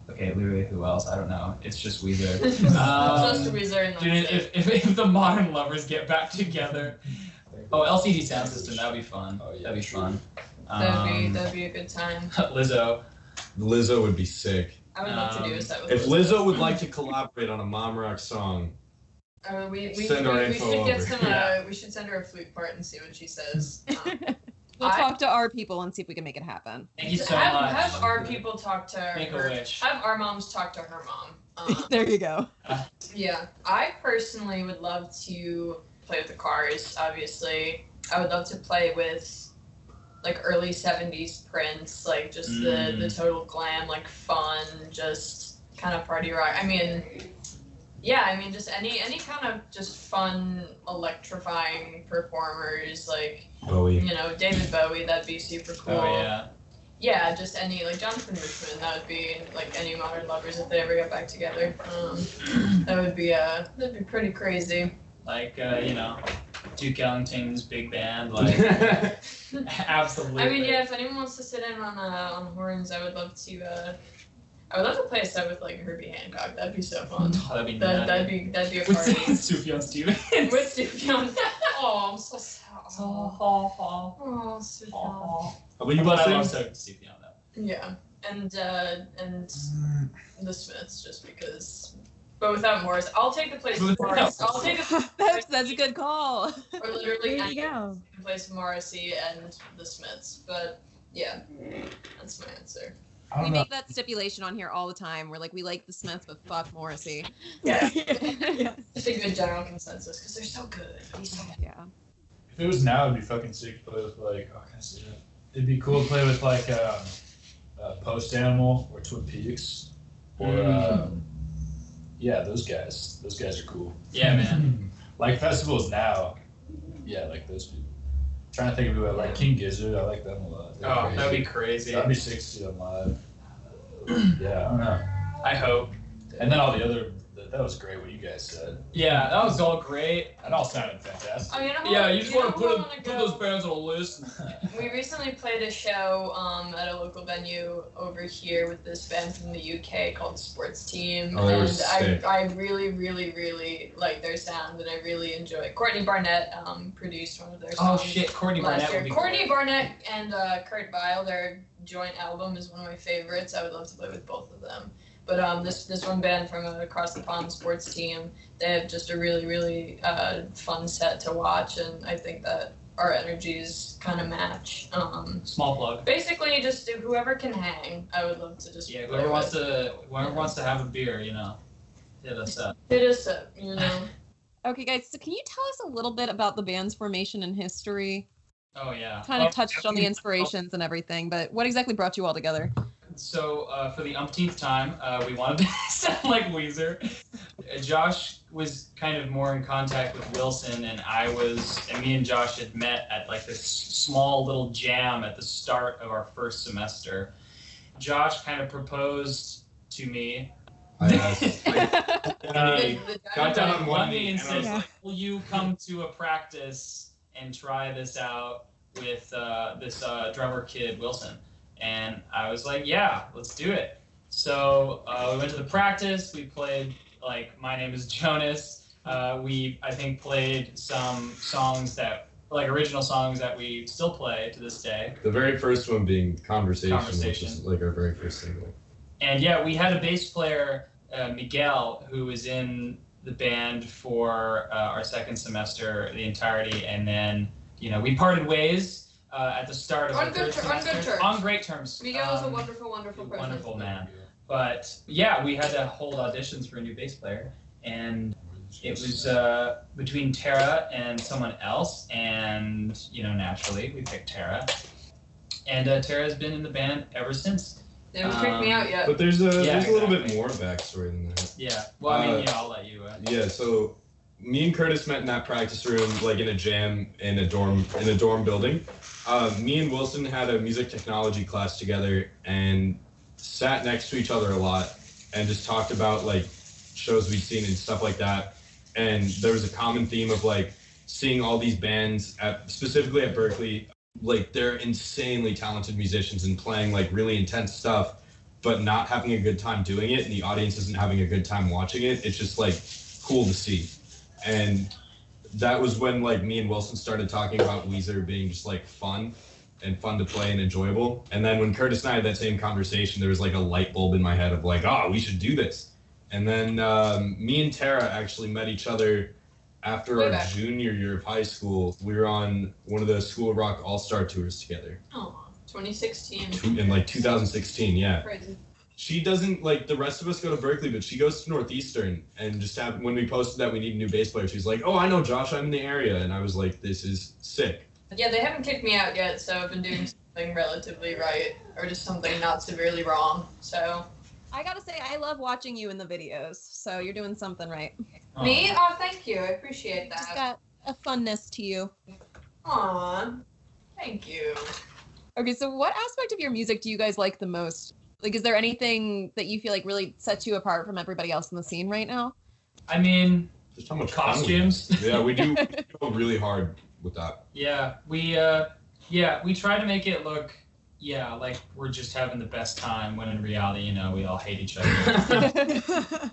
Okay, literally, who else? I don't know. It's just Weezer. Um,
Just Weezer and
Dude, if, if, if the modern lovers get back together. Oh, LCD sound system, that would be fun.
Oh, yeah,
That'd be fun.
that'd be
Um,
that'd be a good time.
Lizzo.
Lizzo would be sick.
I would love to do
um,
a set with
If Lizzo would like to collaborate on a mom rock song,
Uh, we, we,
Send our
we, we
info
should get
over.
some.
Yeah.
Uh, we should send her a flute part and see what she says. Um,
We'll
I-
talk to our people and see if we can make it happen.
Thank you so
have,
much.
have our people talk to
Make a
her.
wish.
Have our moms talk to her mom. Um,
there you go.
yeah, I personally would love to play with the Cars. Obviously, I would love to play with like early '70s Prince, like just the
Mm.
the total glam, like fun, just kind of party rock. I mean, yeah, I mean just any any kind of just fun, electrifying performers, like
Bowie.
you know David Bowie. That'd be super cool.
Oh, yeah.
Yeah, just any like Jonathan Richman. That would be like any modern lovers if they ever got back together. Um, that would be uh, that'd be pretty crazy.
Like, uh, you know, Duke Ellington's big band. Like,
Like,
absolutely.
I mean, yeah, if anyone wants to sit in on uh, on horns, I would love to. Uh, I would love to play a set with like Herbie Hancock. That'd be so fun.
Oh, that'd be
That
nutty.
that'd be that'd be a
With
party.
Sufjan Stevens.
With Sufjan. Oh, I'm so sad.
Oh,
Oh,
oh, oh,
oh Sufjan.
what you
But I
about
love
to
Sufjan Stevens, though.
Yeah, and uh, and the Smiths, just because. But without Morris, I'll take the place of
But without
Morris. I'll take the
that's, that's a good call.
or literally
There
any
you go.
in place of Morrissey and the Smiths. But yeah, that's my answer.
I
We
don't know.
make that stipulation on here all the time. We're like, we like the Smiths, but fuck Morrissey.
Yeah.
yeah.
Just a good general consensus because they're so good. He's so
If it was now, it'd be fucking sick to play with like oh, all kinds of. different- It'd be cool to play with like um, uh, Post Animal or Twin Peaks, or
Mm.
um, yeah, those guys. Those guys are cool.
Yeah, man.
like festivals now, yeah, like those people. trying to think of who I like. King Gizzard, I like them a lot. They're
Oh, that'd
crazy.
be crazy.
that'd be sick to see them live. yeah, I don't know.
I hope.
And then all the other. That, that was great what you guys said.
Yeah, that was all great.
That all sounded fantastic.
Oh, you know who-
Yeah, you just
know
want to
who I
put, them,
wanna
put
go?
those bands on a list.
We recently played a show um, at a local venue over here with this band from the UK called Sports Team,
Oh, they were
and
sick.
I, I really, really, really like their sound, and I really enjoy. Courtney Barnett um, produced one of their
Oh
songs.
shit, Courtney
last
Barnett
year.
would be
Courtney
great.
Barnett and uh, Kurt Vile, their joint album is one of my favorites. I would love to play with both of them. But um, this this one band from uh, across the pond, sports team, they have just a really really uh, fun set to watch, and I think that our energies kind of match. Um,
Small plug.
basically, just do whoever can hang. I would love to just
Yeah,
play
whoever wants
with.
to uh, whoever wants to have a beer, you know, hit us up.
hit us up, you know.
Okay, guys, so can you tell us a little bit about the band's formation and history?
Oh yeah.
Kind of
Oh,
touched on the
yeah.
inspirations and everything, but what exactly brought you all together?
So uh, for the umpteenth time, uh, we wanted to sound like Weezer. Uh, Josh was kind of more in contact with Wilson, and I was, and me and Josh had met at like this small little jam at the start of our first semester. Josh kind of proposed to me.
I asked, like,
Uh,
The- the-
got down on one
one
knee
me and
and I was
said,
like,
"Will you come to a practice and try this out with uh, this uh, drummer kid Wilson?" And I was like, "Yeah, let's do it." So uh, we went to the practice. We played like "My Name Is Jonas." Uh, we I think played some songs that like original songs that we still play to this day.
the very first one being Conversation, which is
Conversation.
like our very first single.
And yeah, we had a bass player, uh, Miguel, who was in the the band for uh, our second semester, the entirety, and then you know we parted ways uh, at the start of
On
the
good
third
ter- on good
semester
terms.
on great terms.
Miguel is a
Um,
wonderful, wonderful person.
wonderful man. But yeah, we had to hold auditions for a new bass player, and it was uh, between Tara and someone else, and you know naturally we picked Tara, and uh, Tara has been in the band ever since.
They haven't freaked me
Um,
out yet.
But there's a
Yeah,
there's a little
exactly.
bit more backstory than that.
Yeah. Well, I mean,
Uh,
yeah, I'll let you. Uh,
Yeah, so me and Curtis met in that practice room, like in a jam in a dorm in a dorm building. Uh, me and Wilson had a music technology class together and sat next to each other a lot and just talked about like shows we'd seen and stuff like that. And there was a common theme of like seeing all these bands at specifically at Berkeley, like they're insanely talented musicians and playing like really intense stuff but not having a good time doing it and the audience isn't having a good time watching it it's just like cool to see and that was when like me and wilson started talking about weezer being just like fun and fun to play and enjoyable and then when curtis and i had that same conversation there was like a light bulb in my head of like oh we should do this and then um, me and tara actually met each other after
Way
our
back.
junior year of high school we were on one of the school rock all-star tours together
Oh, 2016.
two- in like 2016 yeah
Crazy.
she doesn't like the rest of us go to Berkeley, but she goes to Northeastern and just have when we posted that we need a new bass player, she's like, Oh, I know Josh, I'm in the area. And I was like, This is sick.
Yeah, they haven't kicked me out yet, so I've been doing something relatively right, or just something not severely wrong. So
I gotta say, I love watching you in the videos. So you're doing something right.
Aw.
me, oh, thank you, I appreciate that.
Just got a funness to you.
Aw, thank you.
Okay, so what aspect of your music do you guys like the most? Like, is there anything that you feel like really sets you apart from everybody else in the scene right now?
I mean,
Just how much fun we have.
costumes.
yeah, we do we go really hard with that.
Yeah, we uh yeah, we try to make it look yeah, like we're just having the best time when in reality, you know, we all hate each other.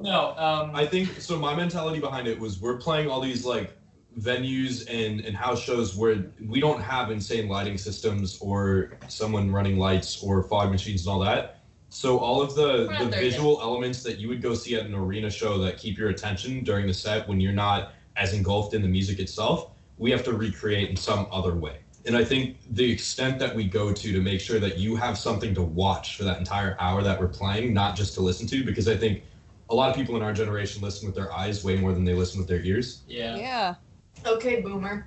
no, um
I think so. My mentality behind it was we're playing all these like venues and, and house shows where we don't have insane lighting systems or someone running lights or fog machines and all that. So all of the,
We're not
the
there yet.
visual elements that you would go see at an arena show that keep your attention during the set when you're not as engulfed in the music itself, we have to recreate in some other way. And I think the extent that we go to to make sure that you have something to watch for that entire hour that we're playing, not just to listen to, because I think a lot of people in our generation listen with their eyes way more than they listen with their ears.
yeah.
yeah.
Okay, boomer.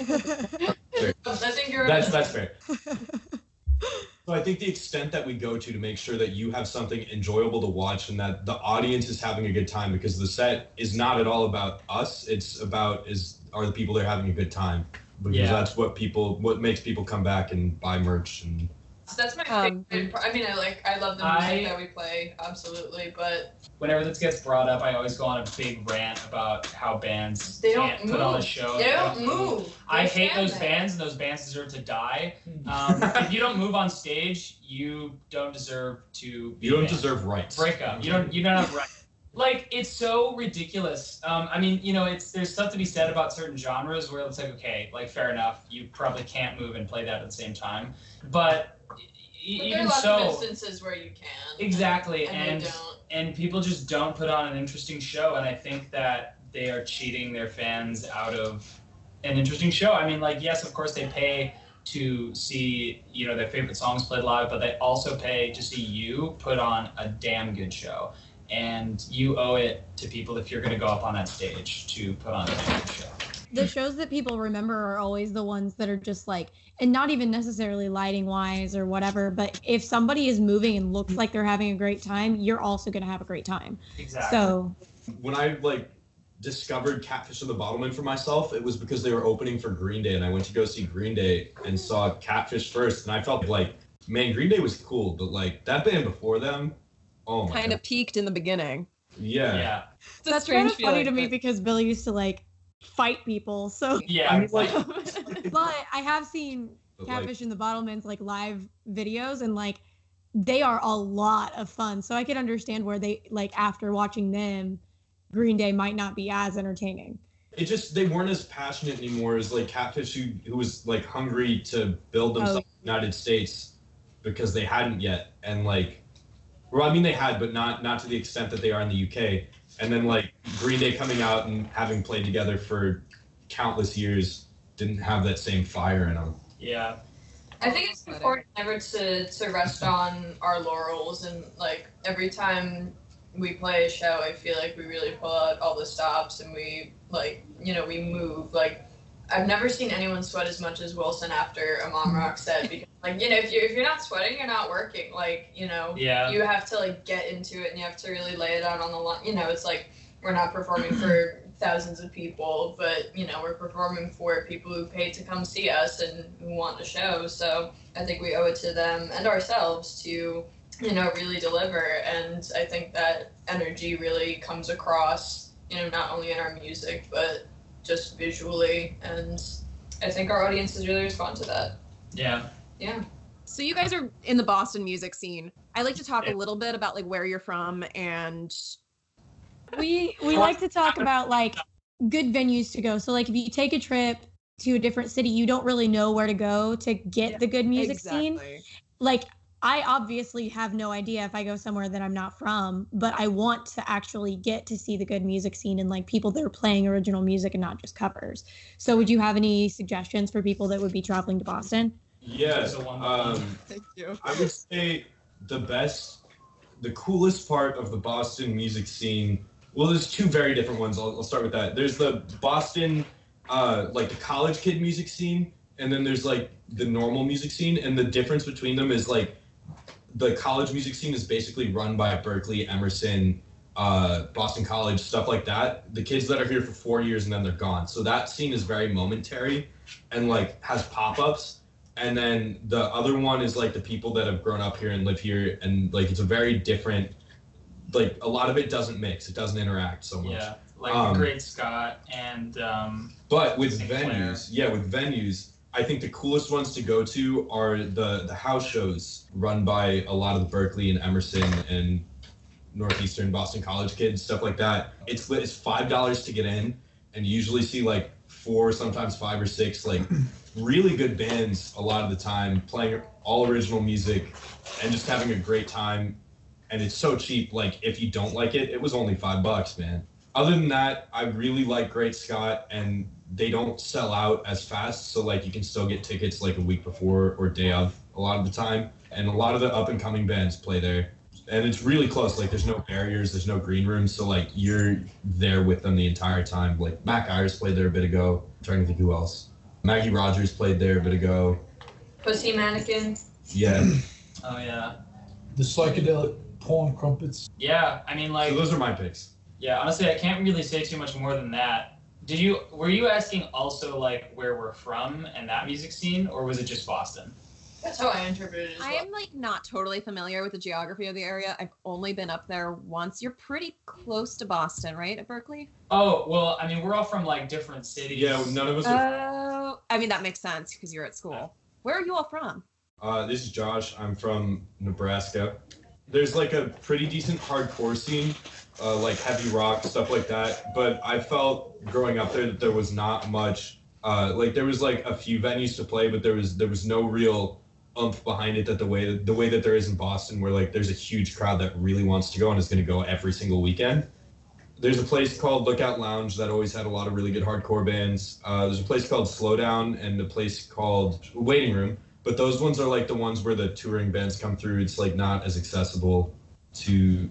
I think you're.
That's that's fair. So I think the extent that we go to to make sure that you have something enjoyable to watch and that the audience is having a good time because the set is not at all about us. It's about is are the people there having a good time because
Yeah.
that's what people what makes people come back and buy merch and
That's my
Um,
favorite. part. I mean, I like, I love the music
I-
that we play, absolutely, but
Whenever this gets brought up, I always go on a big rant about how bands
They don't
can't put on a
move.
show.
they don't move. They
I hate
stand
those
there.
bands and those bands deserve to die.
Hmm.
Um, if you don't move on stage, you don't deserve to be
you don't
a band.
deserve rights.
break up. You don't you don't have right. Like it's so ridiculous. Um, I mean, you know, it's there's stuff to be said about certain genres where it's like, okay, like fair enough, you probably can't move and play that at the same time. But, e-
But there are
even
lots of
so,
instances where you can.
exactly,
And
and
they don't.
and people just don't put on an interesting show, and I think that they are cheating their fans out of an interesting show. I mean, like yes, of course they pay to see you know their favorite songs played live, but they also pay to see you put on a damn good show. And you owe it to people if you're going to go up on that stage to put on a damn good show.
the shows that people remember are always the ones that are just like and not even necessarily lighting wise or whatever but if somebody is moving and looks like they're having a great time you're also going to have a great time
Exactly.
so
when I like discovered Catfish and the Bottlemen for myself, it was because they were opening for Green Day, and I went to go see Green Day and saw Catfish first, and I felt like, man, Green Day was cool, but like that band before them, oh my
Kind
god,
of peaked in the beginning.
yeah.
yeah.
It's a
that's kind
strange
of funny
feeling,
to me
but-
because billy used to like fight people so
Yeah.
I mean, like,
but i have seen
But, like,
catfish and the bottlemen's like live videos and like they are a lot of fun so i could understand where they like after watching them green day might not be as entertaining
it just they weren't as passionate anymore as like Catfish, who who was like hungry to build themselves in the United States because they hadn't yet, and like, well, I mean they had, but not not to the extent that they are in the UK. and then like Green Day coming out and having played together for countless years didn't have that same fire in them.
Yeah.
I think it's important never to, to rest on our laurels and like every time we play a show I feel like we really pull out all the stops and we like you know, we move. Like I've never seen anyone sweat as much as Wilson after a mom rock set because like, you know, if you if you're not sweating, you're not working. Like, you know,
Yeah.
you have to like get into it and you have to really lay it out on the line. You know, it's like we're not performing for thousands of people, but you know, we're performing for people who paid to come see us and who want the show. So I think we owe it to them and ourselves to, you know, really deliver. And I think that energy really comes across, you know, not only in our music, but just visually. And I think our audiences really respond to that.
Yeah.
Yeah.
So you guys are in the Boston music scene. I like to talk a
Yeah.
little bit about like where you're from and
we we like to talk about like good venues to go. So like if you take a trip to a different city, you don't really know where to go to get
Yeah,
the good music scene.
exactly.
Like I obviously have no idea if I go somewhere that I'm not from, but I want to actually get to see the good music scene and like people that are playing original music and not just covers. So would you have any suggestions for people that would be traveling to Boston?
Yeah.
So one-
Um,
Thank you.
I would say the best, the coolest part of the Boston music scene. Well, there's two very different ones. I'll, I'll start with that. There's the Boston, uh, like the college kid music scene, and then there's like the normal music scene. And the difference between them is like the college music scene is basically run by Berkeley, Emerson, uh, Boston College, stuff like that. The kids that are here for four years and then they're gone. So that scene is very momentary and like has pop ups and then the other one is like the people that have grown up here and live here and like it's a very different like a lot of it doesn't mix it doesn't interact so much
yeah. Like
Um,
the Great Scott and um,
but with
Sinclair.
venues yeah with venues i think the coolest ones to go to are the the house shows run by a lot of the berkeley and emerson and northeastern boston college kids stuff like that it's lit- it's five dollars to get in and you usually see like four sometimes five or six like really good bands a lot of the time playing all original music and just having a great time and it's so cheap like if you don't like it it was only five bucks man other than that i really like great scott and they don't sell out as fast so like you can still get tickets like a week before or day of a lot of the time and a lot of the up and coming bands play there and it's really close like there's no barriers there's no green room so like you're there with them the entire time like mac Iris played there a bit ago I'm trying to think who else maggie rogers played there a bit ago
Pussy mannequin.
yeah
oh yeah,
The psychedelic porn crumpets.
yeah. I mean like
so those are my picks
yeah. Honestly, I can't really say too much more than that. Did you were you asking also like where we're from and that music scene, or was it just Boston?
That's how I interpreted it as
I
well.
am like not totally familiar with the geography of the area. I've only been up there once. You're pretty close to Boston, right? At Berkeley?
Oh well, I mean we're all from like different cities.
yeah none of us
Oh,
are
I mean that makes sense because you're at school. Where are you all from?
Uh, this is Josh. I'm from Nebraska. There's like a pretty decent hardcore scene, uh, like heavy rock stuff like that. But I felt growing up there that there was not much. Uh, like there was like a few venues to play, but there was there was no real oomph behind it that the way the way that there is in Boston, where like there's a huge crowd that really wants to go and is going to go every single weekend. There's a place called Lookout Lounge that always had a lot of really good hardcore bands. Uh, there's a place called Slowdown and a place called Waiting Room but those ones are like the ones where the touring bands come through it's like not as accessible to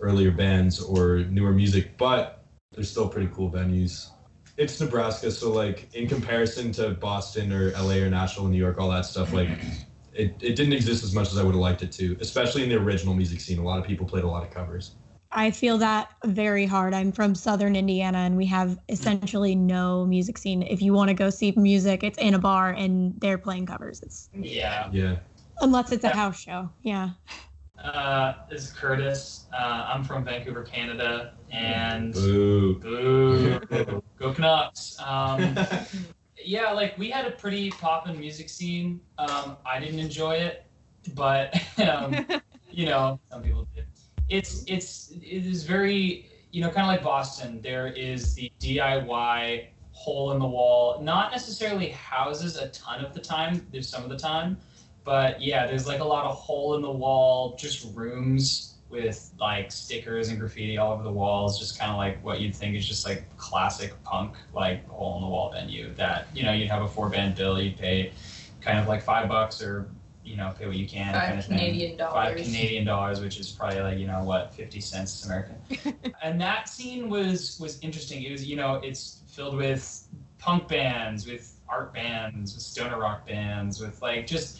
earlier bands or newer music but they're still pretty cool venues it's nebraska so like in comparison to boston or la or nashville and new york all that stuff like it, it didn't exist as much as i would have liked it to especially in the original music scene a lot of people played a lot of covers
I feel that very hard. I'm from Southern Indiana and we have essentially no music scene. If you want to go see music, it's in a bar and they're playing covers. It's
Yeah.
yeah
unless it's a
Yeah.
house show. Yeah.
Uh, this is Curtis. Uh, I'm from Vancouver, Canada, and
Boo.
boo, go Canucks. Um, yeah, like we had a pretty poppin' music scene. Um, I didn't enjoy it, but um, you know, some people did. It's it's it is very you know kind of like Boston. There is the DIY hole in the wall, not necessarily houses a ton of the time. There's some of the time, but yeah, there's like a lot of hole in the wall, just rooms with like stickers and graffiti all over the walls, just kind of like what you'd think is just like classic punk, like hole in the wall venue. That you know you'd have a four band bill, you'd pay kind of like five bucks or you know pay what you can kind
Five
of thing
Canadian
five
dollars.
Canadian dollars, which is probably like you know what fifty cents American. and that scene was was interesting. It was you know it's filled with punk bands, with art bands, with stoner rock bands, with like just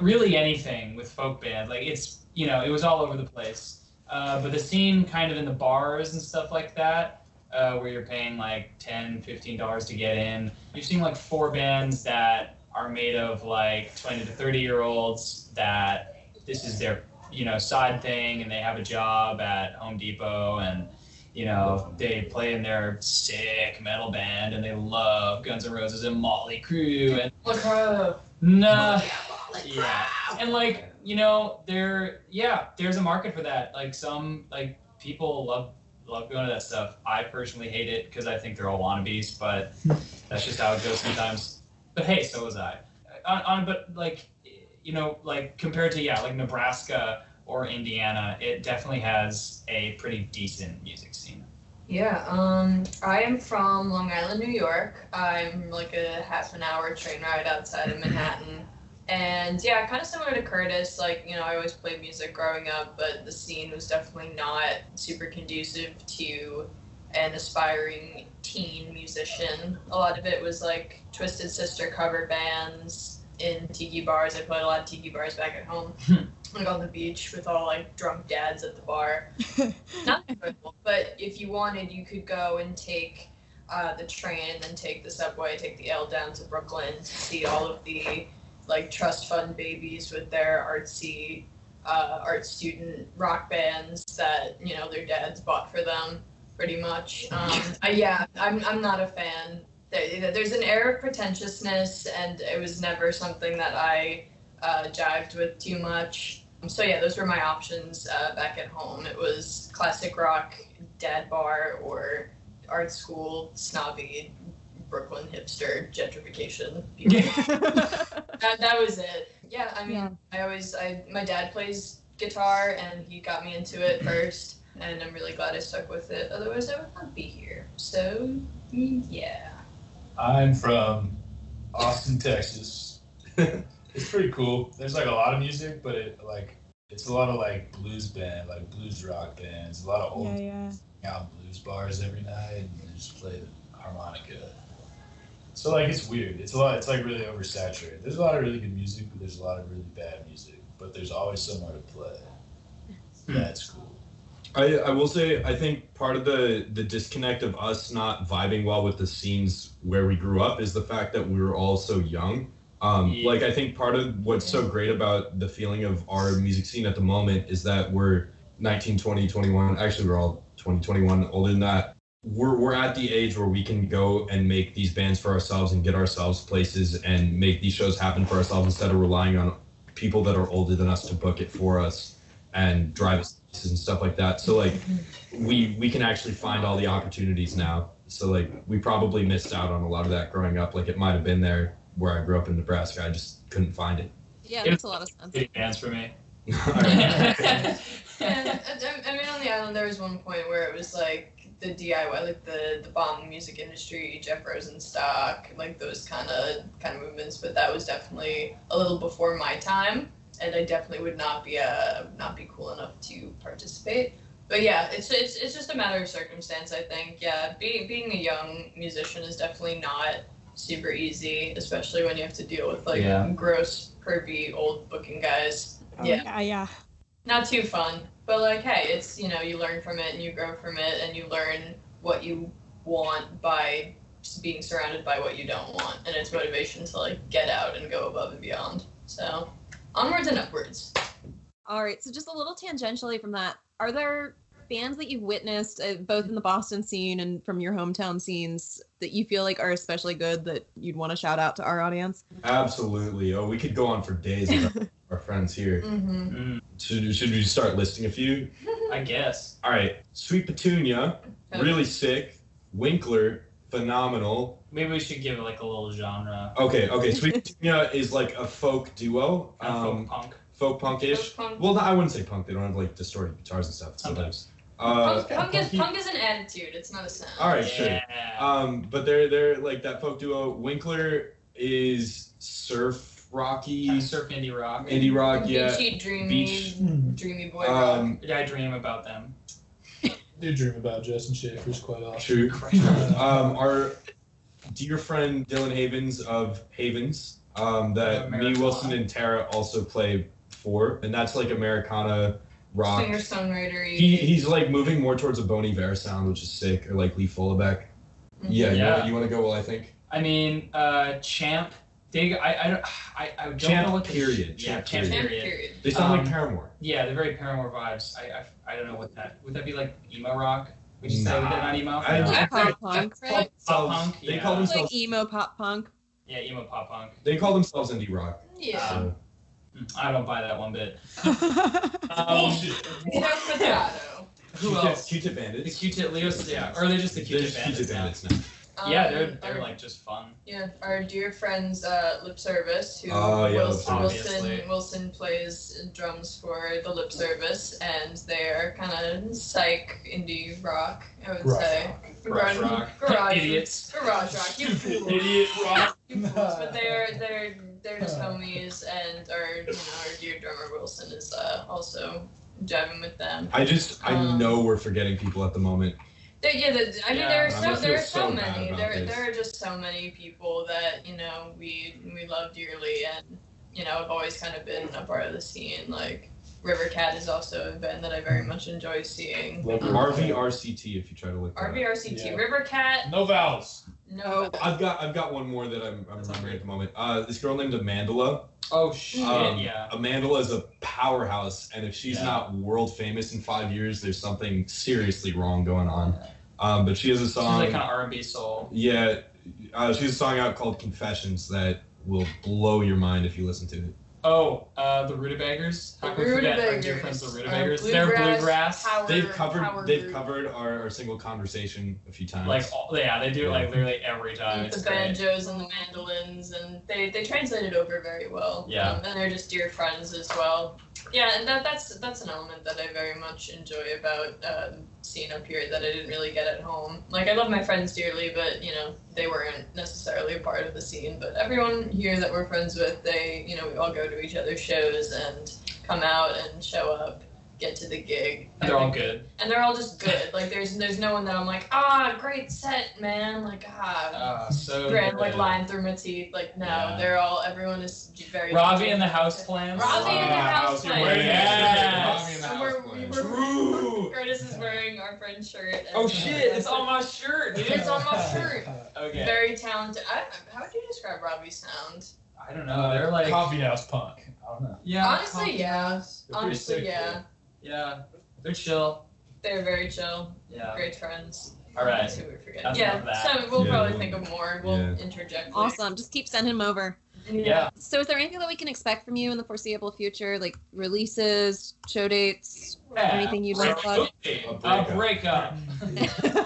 really anything with folk band. Like it's you know it was all over the place. Uh, but the scene kind of in the bars and stuff like that, uh, where you're paying like 10 $15 to get in, you've seen like four bands that are made of like 20 to 30 year olds that this is their you know side thing and they have a job at home depot and you know they play in their sick metal band and they love guns n' roses and motley crue and
Look, uh,
nah yeah and like you know there yeah there's a market for that like some like people love love going to that stuff i personally hate it because i think they're all wannabes but that's just how it goes sometimes but hey so was i on, on but like you know like compared to yeah like nebraska or indiana it definitely has a pretty decent music scene
Yeah, um, I am from Long Island, New York. I'm like a half an hour train ride outside of Manhattan. And yeah, kind of similar to Curtis, like, you know, I always played music growing up, but the scene was definitely not super conducive to an aspiring teen musician. A lot of it was like Twisted Sister cover bands in tiki bars. I played a lot of tiki bars back at home, like on the beach with all like drunk dads at the bar not enjoyable, but if you wanted, you could go and take uh, the train and then take the subway, take the L down to Brooklyn to see all of the like trust fund babies with their artsy uh, art student rock bands that you know their dads bought for them, pretty much. Um, I, yeah, I'm I'm not a fan. There- There's an air of pretentiousness, and it was never something that I uh, jived with too much. So yeah, those were my options uh, back at home. It was classic rock, dad bar, or art school, snobby, Brooklyn hipster gentrification. people. that, that was it. Yeah, I mean,
Yeah.
I always, I my dad plays guitar, and he got me into it first, and I'm really glad I stuck with it. Otherwise, I would not be here. So mm, yeah.
I'm from Austin, Texas. it's pretty cool. There's like a lot of music, but it like it's a lot of like blues band, like blues rock bands, a lot of old
Yeah, yeah.
town blues bars every night and they just play the harmonica. So like it's weird. It's a lot it's like really oversaturated. There's a lot of really good music, but there's a lot of really bad music. But there's always somewhere to play. That's cool.
I, I will say I think part of the the disconnect of us not vibing well with the scenes where we grew up is the fact that we were all so young. Um,
Yeah.
Like I think part of what's so great about the feeling of our music scene at the moment is that we're 19, 20, 21. Actually, we're all 20, 21 older than that. We're we're at the age where we can go and make these bands for ourselves and get ourselves places and make these shows happen for ourselves instead of relying on people that are older than us to book it for us and drive us places and stuff like that. So like we we can actually find all the opportunities now. So like we probably missed out on a lot of that growing up. Like it might have been there where I grew up in Nebraska. I just couldn't find it.
Yeah,
Yeah.
makes a lot of sense.
big bands for me
All right.
and, I- I mean, on the island, there was one point where it was like the DIY, like the the bomb music industry, Jeff Rosenstock, like those kind of kind of movements. But that was definitely a little before my time, and I definitely would not be uh not be cool enough to participate. But yeah, it's it's it's just a matter of circumstance, I think. Yeah, being being a young musician is definitely not super easy, especially when you have to deal with like
Yeah.
gross, pervy old booking guys
Oh,
Yeah.
yeah, yeah.
not too fun, but like, hey, it's you know, you learn from it and you grow from it and you learn what you want by s- being surrounded by what you don't want, and it's motivation to like get out and go above and beyond. So, onwards and upwards.
All right, so just a little tangentially from that, are there bands that you've witnessed uh, both in the Boston scene and from your hometown scenes that you feel like are especially good that you'd want to shout out to our audience?
Absolutely. Oh, we could go on for days about our friends here.
Mm-hmm.
Mm,
Should, should we start listing a few?
i guess
All right. Sweet Petunia, really sick. Winkler, phenomenal.
maybe we should give it like a little genre
Okay, okay. Sweet Petunia is like a folk duo.
kind of
Um,
folk punk
folk, folk punkish.
Punk,
Well, no, I wouldn't say punk. They don't have like distorted guitars and stuff.
Sometimes.
Uh,
punk, is,
punky-
punk is an attitude. It's not a sound.
All right, sure.
Yeah.
Um, but they're they're like that folk duo. Winkler is surf rocky,
Kind of surf indie rock.
indie rock. Yeah.
Beachy, dreamy,
Beach.
dreamy boy. rock.
Um,
I dream about them.
do dream about Justin Schaefer's quite
true.
often. Uh,
Um, our dear friend Dylan Havens of Havens, um, that me
Americana.
Wilson and Tara also play for, and that's like Americana rock.
Singer songwriter.
He, he's like moving more towards a Boney Bear sound, which is sick, or like Lee Fullback.
Mm-hmm.
Yeah, you wanna-
Yeah.
You, want to go? Well, I think
I mean, uh, Champ. Dig. I. I don't. I, I don't
Champ
know what. the-
period.
Yeah.
Champ
Champ
Period.
period.
they sound
Um,
like Paramore.
Yeah, they're very Paramore vibes. I, I, I don't know what that would that be like emo rock? Would you say
Nah.
that not emo?
I-
No.
I-
Pop punk,
Right?
Pop punk.
They
yeah.
call them-
like emo pop punk.
yeah emo pop punk.
They call themselves indie rock.
Yeah.
Um,
so-
Mm, I don't buy that one bit. Um,
Bullshit.
You know, Furtado.
who
Q-tip-
else?
Q-tip
The
bandits.
Q-tip Leos. Yeah, or are they just the
They're
Q-tip
just
bandits?
Q-tip
now?
bandits now.
Yeah,
Um,
they're they're
our-
like just fun.
Yeah, our dear friends uh, Lip Service, who
Oh, yeah, Lip
Wilson,
Service.
Wilson
Obviously.
Wilson plays drums for the Lip Service, and they are kind of psych indie rock, I would
Garage
say.
Garage rock.
garage,
Idiots.
garage rock. You fools.
Idiot rock.
You fools. But they're they're they're just homies, and our you know our dear drummer Wilson is uh, also jamming with them.
I just I
Um,
know we're forgetting people at the moment.
There, yeah, the, I mean,
Yeah,
there are
I'm
so
gonna
there are
feel
so,
so bad
many.
about
There,
this.
there are just so many people that you know we we love dearly, and you know have always kind of been a part of the scene. Like River Cat is also a band that I very much enjoy seeing.
love your-
RVRCT. If you try to look. that up.
RVRCT,
Yeah.
River Cat,
No vowels.
no.
I've got I've got one more that I'm I'm remembering at the moment. Uh, this girl named Amandala.
Oh shit.
Um,
yeah.
Amandala is a powerhouse, and if she's
Yeah.
not world famous in five years, there's something seriously wrong going on. Um, but she has a
She's
song.
like kind of R&B soul.
yeah, uh, she has a song out called Confessions that will blow your mind if you listen to it.
Oh, uh, the Rutabaggers. How can we forget our dear friends, the Rutabaggers?
Uh,
They're bluegrass.
power-
They've covered
power
they've
group.
covered our, our single conversation a few times.
Like all, yeah, they do it like literally every time. It's
the
great.
banjos and the mandolins, and they, they translate it over very well.
Yeah.
Um, and they're just dear friends as well. Yeah, and that, that's that's an element that I very much enjoy about um, seeing up here that I didn't really get at home. Like I love my friends dearly, but you know they weren't necessarily a part of the scene. But everyone here that we're friends with, they you know we all go to each other's shows and come out and show up, get to the gig. I
They're all
think-
good.
and they're all just good. Like there's there's no one that I'm like ah great set man like ah
Uh, so
Grand, like
good.
lying through my teeth. Like no,
Yeah.
they're all everyone is very.
Ravi and the Houseplants.
Ravi and the House
Ravi and the
Yes.
House
And we're, we
Plants.
were,
True.
Curtis is wearing our friend's shirt. and-
Oh shit! It's on my shirt. Dude.
It's on my shirt.
Okay.
Very talented. I, how would you describe Robbie's sound?
I don't know. They're like
Coffee house punk. I don't know.
yeah.
Honestly, yeah.
They're pretty
Honestly,
sick,
yeah.
Yeah. They're chill.
They're very chill.
Yeah.
Great friends.
All right.
That's who we forget.
That's
yeah.
enough of that.
So we'll
Yeah,
probably
we'll-
think of more. We'll
yeah.
interject. later.
Awesome. Just keep sending them over.
Yeah.
So, is there anything that we can expect from you in the foreseeable future, like releases, show dates, anything you'd like to plug?
Okay,
A breakup.
A breakup.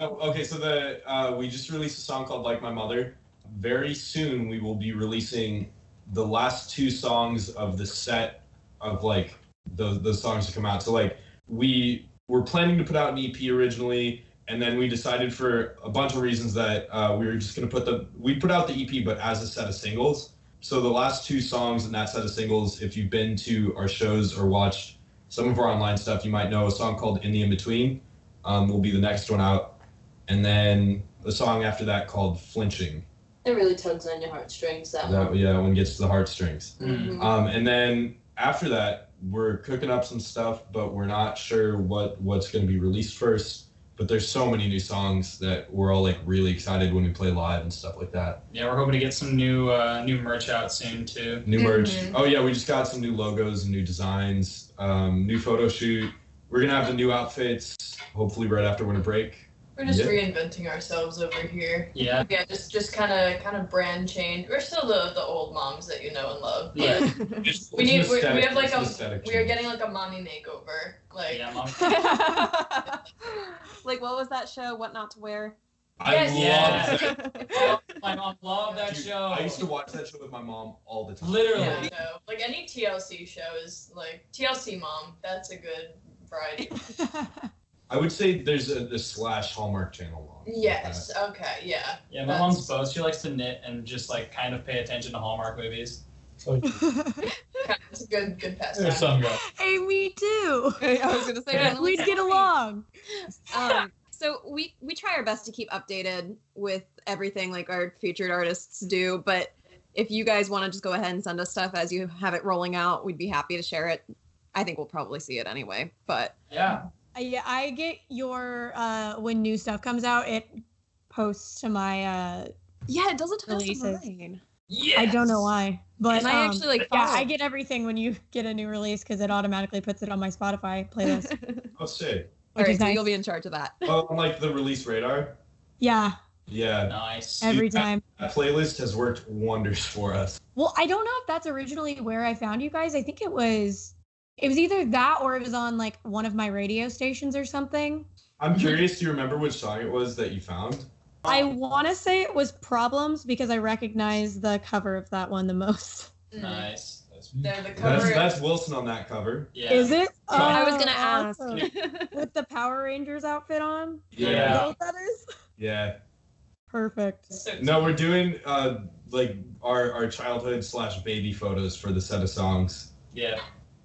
Oh, okay, so the uh, we just released a song called "Like My Mother." Very soon, we will be releasing the last two songs of the set of like those those songs to come out. So like we were planning to put out an EP originally, and then we decided for a bunch of reasons that uh, we were just gonna put the we put out the EP, but as a set of singles. So the last two songs in that set of singles, if you've been to our shows or watched some of our online stuff, you might know a song called "In the In Between." Um, will be the next one out and then the song after that called "Flinching."
It really tugs on your heartstrings that,
That yeah, when it gets to the heartstrings.
Mhm.
Um, and then after that, we're cooking up some stuff, but we're not sure what what's going to be released first. But there's so many new songs that we're all like really excited when we play live and stuff like that.
Yeah, we're hoping to get some new uh, new merch out soon too.
New merch.
Mhm.
Oh yeah, we just got some new logos and new designs. Um, new photo shoot. We're gonna have the new outfits hopefully right after winter break.
We're just
Yeah.
reinventing ourselves over here.
Yeah.
Yeah, just just kind of kind of brand change. We're still the the old moms that you know and love. but
Yeah.
We need- we- we have, like, a- We
getting.
are getting like a mommy makeover. Like
Yeah. Mom.
like, what was that show? What not to wear?
I
Yes.
love that.
My mom loved that
Dude,
show.
I used to watch that show with my mom all the time.
Literally.
Yeah, no. Like any TLC show is like TLC mom. That's a good variety.
I would say there's a the slash Hallmark Channel mom.
yes. Okay. Yeah.
Yeah, my mom's both. She likes to knit and just like kind of pay attention to Hallmark movies.
It's a good good pastime.
There's some guy.
hey, me too.
I was gonna say
Yeah.
Donnelly
We'd
said
get
hi.
along.
um, so we we try our best to keep updated with everything like our featured artists do but if you guys want to just go ahead and send us stuff as you have it rolling out we'd be happy to share it i think we'll probably see it anyway but
Yeah.
I, yeah, I get your uh when new stuff comes out, it posts to my uh
yeah it doesn't tell us
Releases.
mine.
Yes.
I don't know why, but
And I
um,
actually, like,
yeah,
follow-
I get everything when you get a new release because it automatically puts it on my Spotify playlist, which
I'll say.
all right
is
so
nice.
you'll be in charge of that
Oh, like the release radar.
yeah,
Yeah.
Nice.
every
Dude, that-
time.
That playlist has worked wonders for us.
Well, I don't know if that's originally where I found you guys. I think it was, it was either that or it was on like one of my radio stations or something.
I'm curious. Do you remember which song it was that you found?
I want to say it was Problems because I recognize the cover of that one the most.
Mm.
Nice.
That's
No, the
That's
cover.
that's Wilson on that cover.
Yeah.
Is it? Oh,
Yeah, I
was gonna ask.
awesome. With the Power Rangers outfit on? Is
Yeah.
that what that is?
Yeah.
Perfect.
So
No, we're doing uh like our our childhood slash baby photos for the set of songs.
Yeah.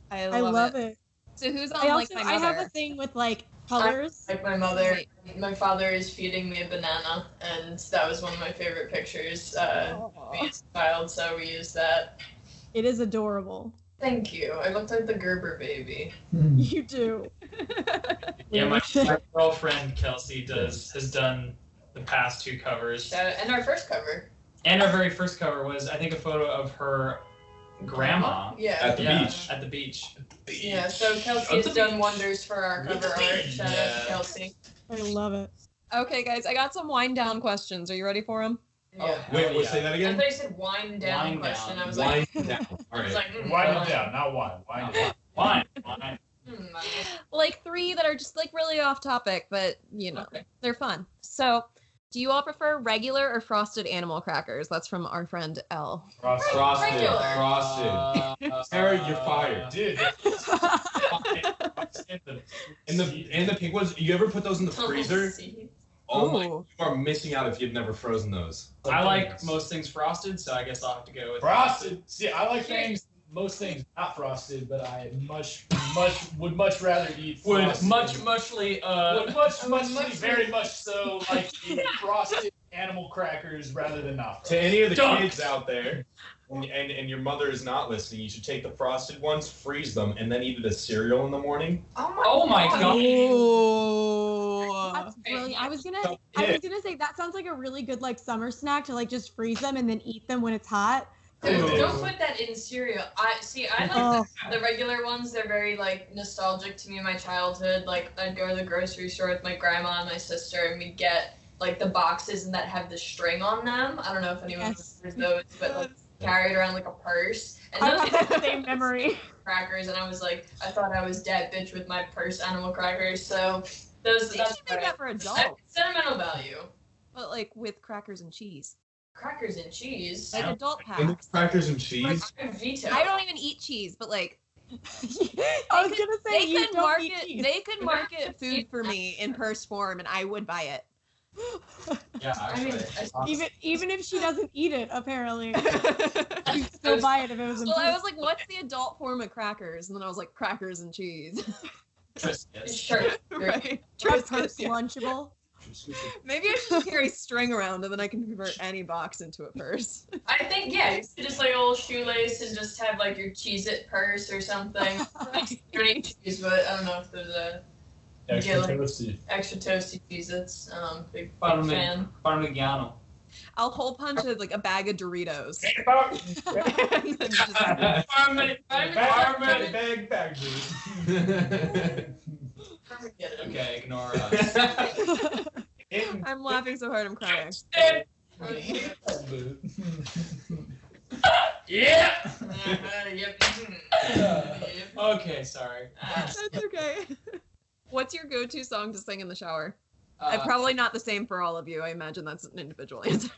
i love,
I love
it.
it.
so who's on
I
like
also
my
I have a
mother?
thing with like colors.
like my mother, my father is feeding me a banana, and that was one of my favorite pictures uh,
Aw.
as a child. So we used that.
It is adorable.
Thank you. I looked like the Gerber baby.
You do.
Yeah, my, my girlfriend Kelsey does has done the past two covers.
Shout out. And our first cover.
And our very first cover was I think a photo of her grandma
Yeah.
At the
yeah,
beach.
At the beach.
Yeah. So Kelsey
At the
has done
beach.
wonders for our
At the
cover art.
beach.
Shout out
Yeah.
to Kelsey.
I love it.
okay guys i got some wind down questions are you ready for them
Yeah.
Hell
Wait, we'll
yeah.
say that
I
again.
thought you said wind down
Oh. Wind
question.
down.
I was
Wind
like,
down. All
I was
right.
like, mm,
Wind it
wine.
down, not wine. Wind it down.
Wine. Wine.
Mm, wine.
like three that are just like really off topic but you know
Okay.
They're fun. So, do you all prefer regular or frosted animal crackers? That's from our friend L.
Frosted.
Frosted.
Regular.
Frosted.
Uh,
Sarah, you're fired.
Dude,
And the and the pink ones. You ever put those in the freezer?
See?
Oh my! You
Ooh.
are missing out if you've never frozen those.
I like most things frosted, so I guess I'll have to go with
frosted. See, I like things, most things not frosted, but I much, much would much rather eat
Would
frosted.
much muchly
would
uh
much,
would
much,
much-
very much so like eat frosted animal crackers rather than not.
To any of the
Dunks.
kids out there, and, and and your mother is not listening, you should take the frosted ones, freeze them, and then eat it as cereal in the morning.
Oh my,
Oh my God.
Oh,
That's brilliant. I was gonna
So-
I
Yeah.
was gonna say that sounds like a really good like summer snack to like just freeze them and then eat them when it's hot.
Dude,
Ew.
don't put that in cereal. I see. I
Oh.
like the, the regular ones. They're very like nostalgic to me. in My childhood. Like I'd go to the grocery store with my grandma and my sister, and we'd get like the boxes and that have the string on them. I don't know if anyone
Yes.
remembers those, but like carried around like a purse. And
I
those
have the same memory.
crackers, and I was like, I thought I was dead bitch with my purse animal crackers. So those.
They should
that's what
make
I-
that for
I-
adults,
sentimental value.
but like with crackers and cheese,
Crackers and cheese.
like adult
And
packs.
crackers and cheese.
I would veto.
I don't even eat cheese, but like
I was gonna say
they
you
could
don't
market
eat cheese.
they could market food for me in purse form, and I would buy it.
yeah,
I mean,
actually.
I-
even even if she doesn't eat it, apparently.
well,
You'd still buy it if it was in
I was like, what's the adult form of crackers? And then I was like, crackers and cheese.
Triscuits.
sure.
right.
Purse lunchable.
Maybe I should just carry string around and then I can convert any box into a purse.
I think yeah, you should just like a little shoelace and just have like your Cheez It purse or something. you don't eat cheese, but I don't know if there's a
Extra
Yeah, like-
toasty.
extra toasty Cheez Its. Um big,
Pardon
big
me.
fan.
Parmigiano.
I'll hole punch a, like a bag of Doritos. And then just-
Parmigiano.
Bag, bag, bag, dude.
Forget it.
Okay, ignore us.
In
I'm laughing so hard I'm crying.
Okay.
booth.
yeah.
Uh, uh, yep. mhm. Yep.
Okay, sorry.
Uh,
That's okay. What's your go-to song to sing in the shower? Uh, probably not the same for all of you. I imagine that's an individual answer.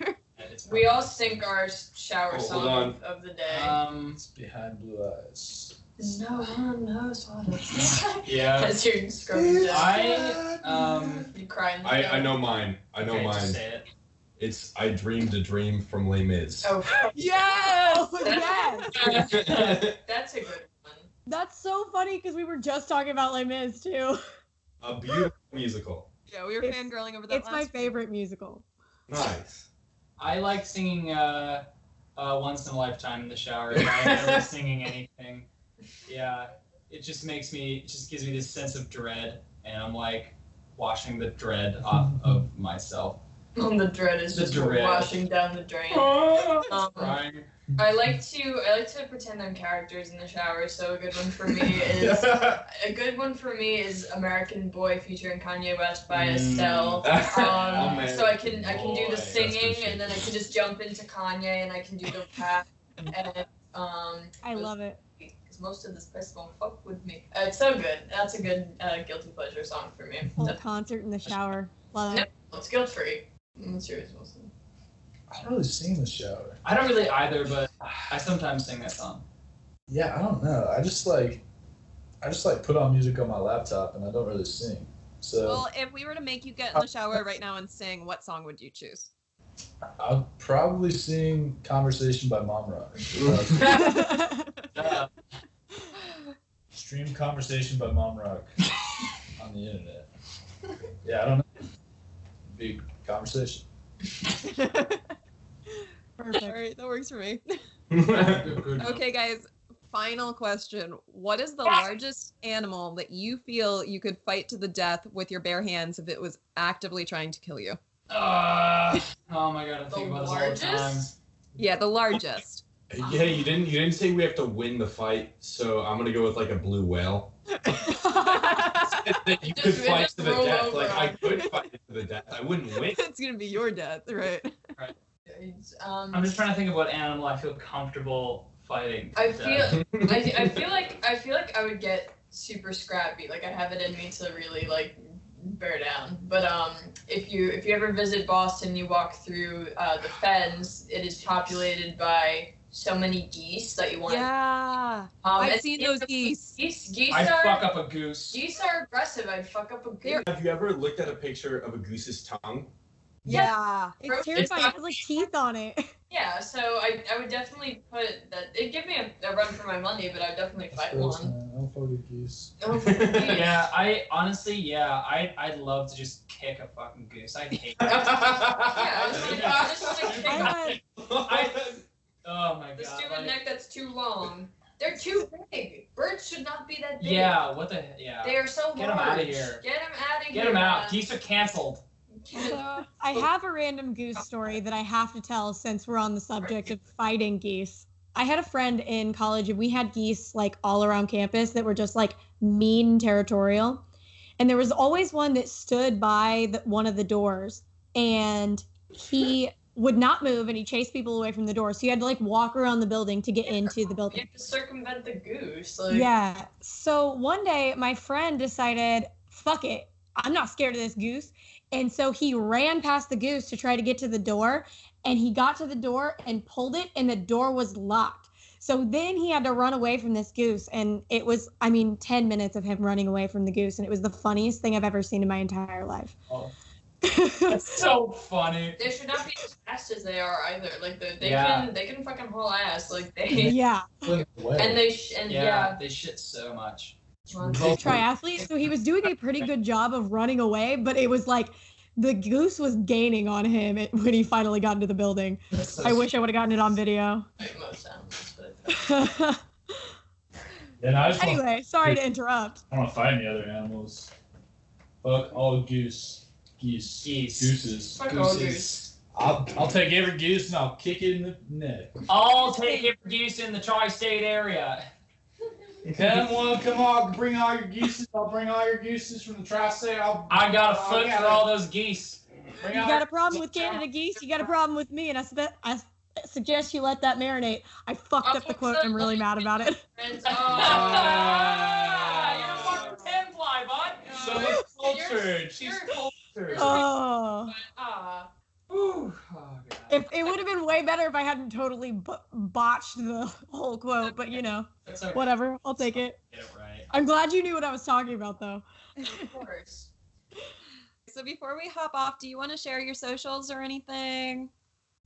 We all sing our shower
Oh, hold
song
on.
of the day.
Um,
It's behind blue eyes.
no one knows what it's like.
Yeah.
As you're scrubbing down.
Uh, I um
You cry in the
I,
shower.
I know mine. I know
Okay,
mine.
just say it.
It's I dreamed a dream from Les Mis.
Oh, fuck.
Yes!
That's-
yes!
That's a good one.
That's so funny because we were just talking about Les Mis
Oh,
too.
a beautiful musical.
Yeah, we were
It's-
fangirling over that
It's my
last
favorite musical.
Nice.
I like singing uh, uh, "Once in a Lifetime" in the shower. I'm never singing anything. Yeah, it just makes me. It just gives me this sense of dread, and I'm like washing the dread off of myself.
And the dread is
The
just
dread.
washing down the drain. Um,
Crying.
I like to I like to pretend I'm characters in the shower. So a good one for me is a good one for me is American Boy featuring Kanye West by
Mm.
Estelle. Um,
Oh,
so I can I can do
boy.
the singing
That's
and then I can just jump into Kanye and I can do the rap and um
I love it.
because most of this place won't fuck with me. Uh, it's so good. That's a good uh, guilty pleasure song for me.
Whole concert in the shower. Love it.
It's guilt free. It's yours, Wilson.
I don't really sing in the shower.
I don't really either, but I sometimes sing that song.
Yeah, I don't know. I just like, I just like put on music on my laptop, and I don't really sing. So
Well, if we were to make you get in the shower right now and sing, what song would you choose?
I'll probably sing "Conversation" by Mom Rock.
Uh,
Stream "Conversation" by Mom Rock on the internet. Yeah, I don't know. Big conversation.
All
Perfect.
right, that works for me.
good- good one.
Okay, guys, final question. What is the largest animal that you feel you could fight to the death with your bare hands if it was actively trying to kill you?
Uh, oh my god, I
Ah. The
think about this all the time.
largest?
Yeah, the largest.
Yeah, you didn't you didn't say we have to win the fight, so I'm gonna go with like a blue whale.
it's
you could
Just
fight to the
roll
death.
over.
Like I could fight to the death. I wouldn't win.
gonna be your death, right?
It's, Um,
I'm just trying to think of what animal I feel comfortable fighting. to
I
death.
feel I, I feel like I feel like I would get super scrappy. Like I have it in me to really like bear down. But um, if you if you ever visit Boston, you walk through uh, the fens. It is populated by so many geese that you want.
Yeah.
um,
I've
and-
seen those geese.
Geese, geese
I'd
are
fuck up a goose.
geese are aggressive. I'd fuck up a goose.
Have you ever looked at a picture of a goose's tongue?
Yeah.
It's terrifying. It has like teeth on it.
Yeah, so I I would definitely put that. It'd give me a, a run for my money, but I'd definitely fight one.
man. I don't fuck with geese.
Oh, geese.
Yeah, I honestly, yeah, I I'd love to just kick a fucking goose. I hate. it.
Yeah, I just, like, I just like
I
kick
had,
Oh my
The
god.
stupid
like-
neck that's too long. They're too big. Birds should not be that big.
yeah. What the? Yeah.
They uh, are so
Get 'em
large.
outta here.
Get them out of here.
Get him out. Geese are canceled.
Get-
so I have a random goose story that I have to tell since we're on the subject of fighting geese. I had a friend in college and we had geese like all around campus that were just like mean territorial. And there was always one that stood by the, one of the doors and he would not move and he chased people away from the door. So you had to like walk around the building to get into the
You
building.
have to circumvent the goose. Like,
Yeah. So one day my friend decided, fuck it. I'm not scared of this goose. And so he ran past the goose to try to get to the door. And he got to the door and pulled it, and the door was locked. So then he had to run away from this goose. And it was, I mean, 10 minutes of him running away from the goose. And it was the funniest thing I've ever seen in my entire life.
Oh. That's so funny.
They should not be as fast as they are either. Like they, they
Yeah.
can they can fucking haul ass. Like they
yeah.
Put it away.
and they sh- and
Yeah,
yeah.
They shit so much.
Well,
He's a triathlete. So he was doing a pretty good job of running away, but it was like, the goose was gaining on him when he finally got into the building.
That's so
I wish I would have gotten it on video.
make most sounds, but
and I just want,
anyway, sorry to interrupt.
I want to find the other animals. Fuck all goose, geese,
Geese.
gooses.
fuck all
Gooses.
goose.
I'll I'll take every goose and I'll kick it in the neck.
I'll take every goose in the tri-state area.
Come on, come on, bring all your geese. I'll bring all your geese from the tri-state. I'll
I got a
Oh,
foot
yeah.
for all those geese.
bring
You
all
got a problem with Canada geese? You got a problem with me? And I, spe- I s- suggest you let that marinate. I fucked up the quote. I'm really mad about it.
Friends,
Ah,
oh.
you're a fucking ten fly, bud.
So-
cultured.
You're-
sisters.
Oh.
Ah,
Ooh, oh, God.
If, it would have been way better if I hadn't totally b- botched the whole quote, but you know,
That's
Uh-huh.
okay.
whatever. I'll take it.
Get it right.
I'm glad you knew what I was talking about, though.
of course.
So before we hop off, do you want to share your socials or anything?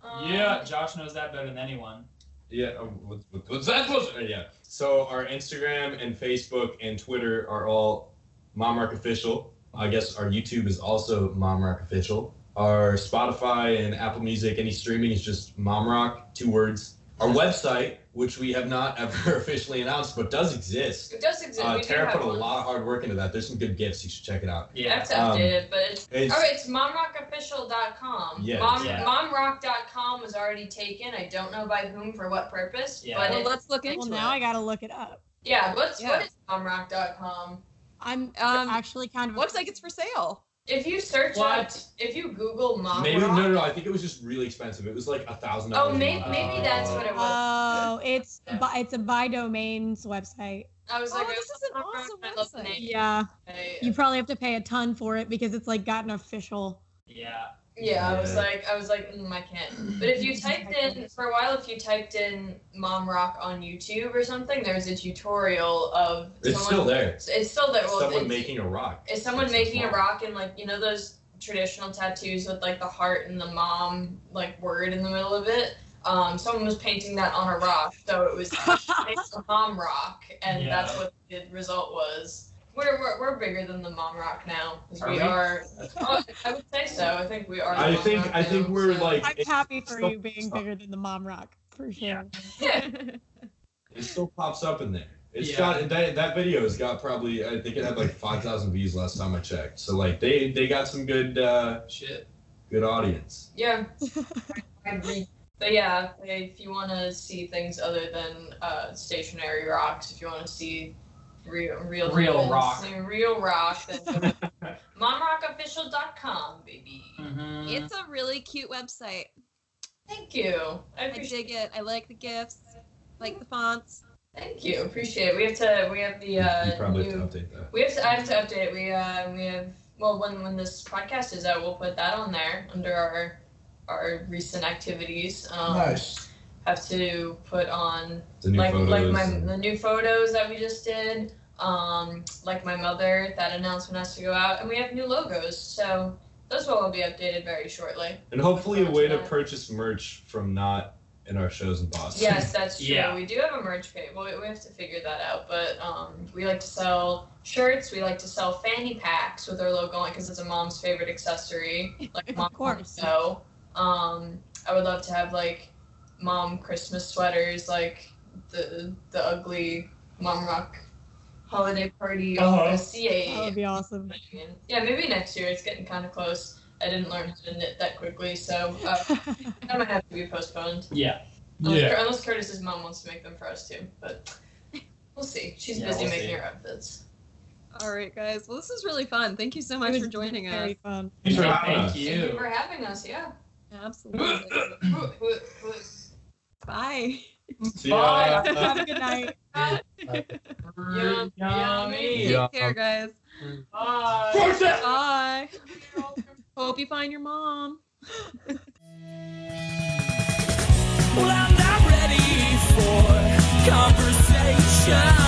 Um,
yeah, Josh knows that better than anyone.
Yeah, um, what, what, what's that supposed to- Yeah. So our Instagram and Facebook and Twitter are all Mom Rock Official. I guess our YouTube is also Mom Rock Official. Our Spotify and Apple Music, any streaming is just Mom Rock, two words. Our website, which we have not ever officially announced, but does exist.
It does exist.
Uh,
we do
Tara
have
put a
one.
lot of hard work into that. There's some good gifts. You should check it out.
Yeah.
That's
Um,
updated, but it's
It's,
All right, Oh, it's momrockofficial.com.
Yeah,
Mom,
yeah.
Momrock.com was already taken. I don't know by whom for what purpose.
Yeah.
But
Well,
it-
let's look
Well,
into
now
it.
I gotta look it up.
yeah, what's
Yeah.
what is momrock.com?
I'm
Um,
actually kind of
Looks like it's for sale.
If you search
What?
up, if you Google mom
Maybe
rock,
no, no, no. I think it was just really expensive. It was like a Uh, thousand
oh
dollars.
maybe maybe that's what it was.
Oh, it's by, it's a by domains website.
I was
oh,
like,
this is an
Mom Rock,
awesome
I love the
website.
name.
Yeah,
I-
you probably have to pay a ton for it because it's like got an official.
Yeah.
Yeah, I was
Yeah.
like, I was like, mm, I can't. But if you typed in for a while, if you typed in mom rock on YouTube or something, there's a tutorial of
It's
someone.
still there.
It's still there. Well,
Someone
it's-
making a rock.
Is someone
That's
making a
smart.
rock and like you know those traditional tattoos with like the heart and the mom like word in the middle of it? Um, someone was painting that on a rock, so it was it's a mom rock, and
Yeah.
that's what the result was. We're, we're, we're bigger than the mom rock now. 'cause
Are
we,
we?
are. oh, I would say so. I think we are. the
I
Mom
think-
Rock
I think
now,
we're,
so-
like-
I'm
It's
happy for
so-
you being bigger than the mom rock for sure.
It still pops up in there. It's
Yeah.
got that that video's got probably I think it had like five thousand views last time I checked. So like they they got some good uh
Shit.
good audience.
Yeah. I agree. But yeah, if you want to see things other than uh, stationary rocks, if you want to see real real
Real
things,
rock.
see real rock, then go to momrockofficial.com, baby.
Hmm.
Mm-hmm.
It's a really cute website.
Thank you. I
I
appreciate.
dig it. I like the gifts. Like the fonts.
Thank you. Appreciate it. We have to. We have the.
You-
Uh,
you, probably
new-
have to update that.
We have to. I have to update. We uh, we have. Well, when when this podcast is out, we'll put that on there under our our recent activities. Um,
Nice.
Have to put on
The new
like
photos.
like my
and-
the new photos that we just did um like my mother that announcement has to go out and we have new logos so those will all be updated very shortly
and hopefully a way to purchase merch from not in our shows in Boston.
yes that's true
Yeah.
we do have a merch page well, we- we have to figure that out but um we like to sell shirts we like to sell fanny packs with our logo on because it's a mom's favorite accessory like mom
course.
so um i would love to have like mom christmas sweaters like the the ugly mom rock holiday party
Uh-huh.
CA.
Oh,
That would be awesome.
Yeah, maybe next year. It's getting kind of close. I didn't learn how to knit that quickly, so uh, that might have to be postponed.
Yeah.
Unless,
Yeah.
unless Curtis's mom wants to make them for us too, but we'll see. She's
Yeah,
busy
we'll
making
see.
her outfits.
All right, guys. Well, this is really fun. Thank you so
It
much
was
for joining us.
very fun.
Thanks for having
Thank
us.
Thank you
you.
for having us. Yeah.
Absolutely. Bye.
See ya.
Have a good night.
Yum,
Yummy.
Yeah.
Take care, guys.
Bye.
Bye. Hope you find your mom.
Well, I'm not ready for conversation.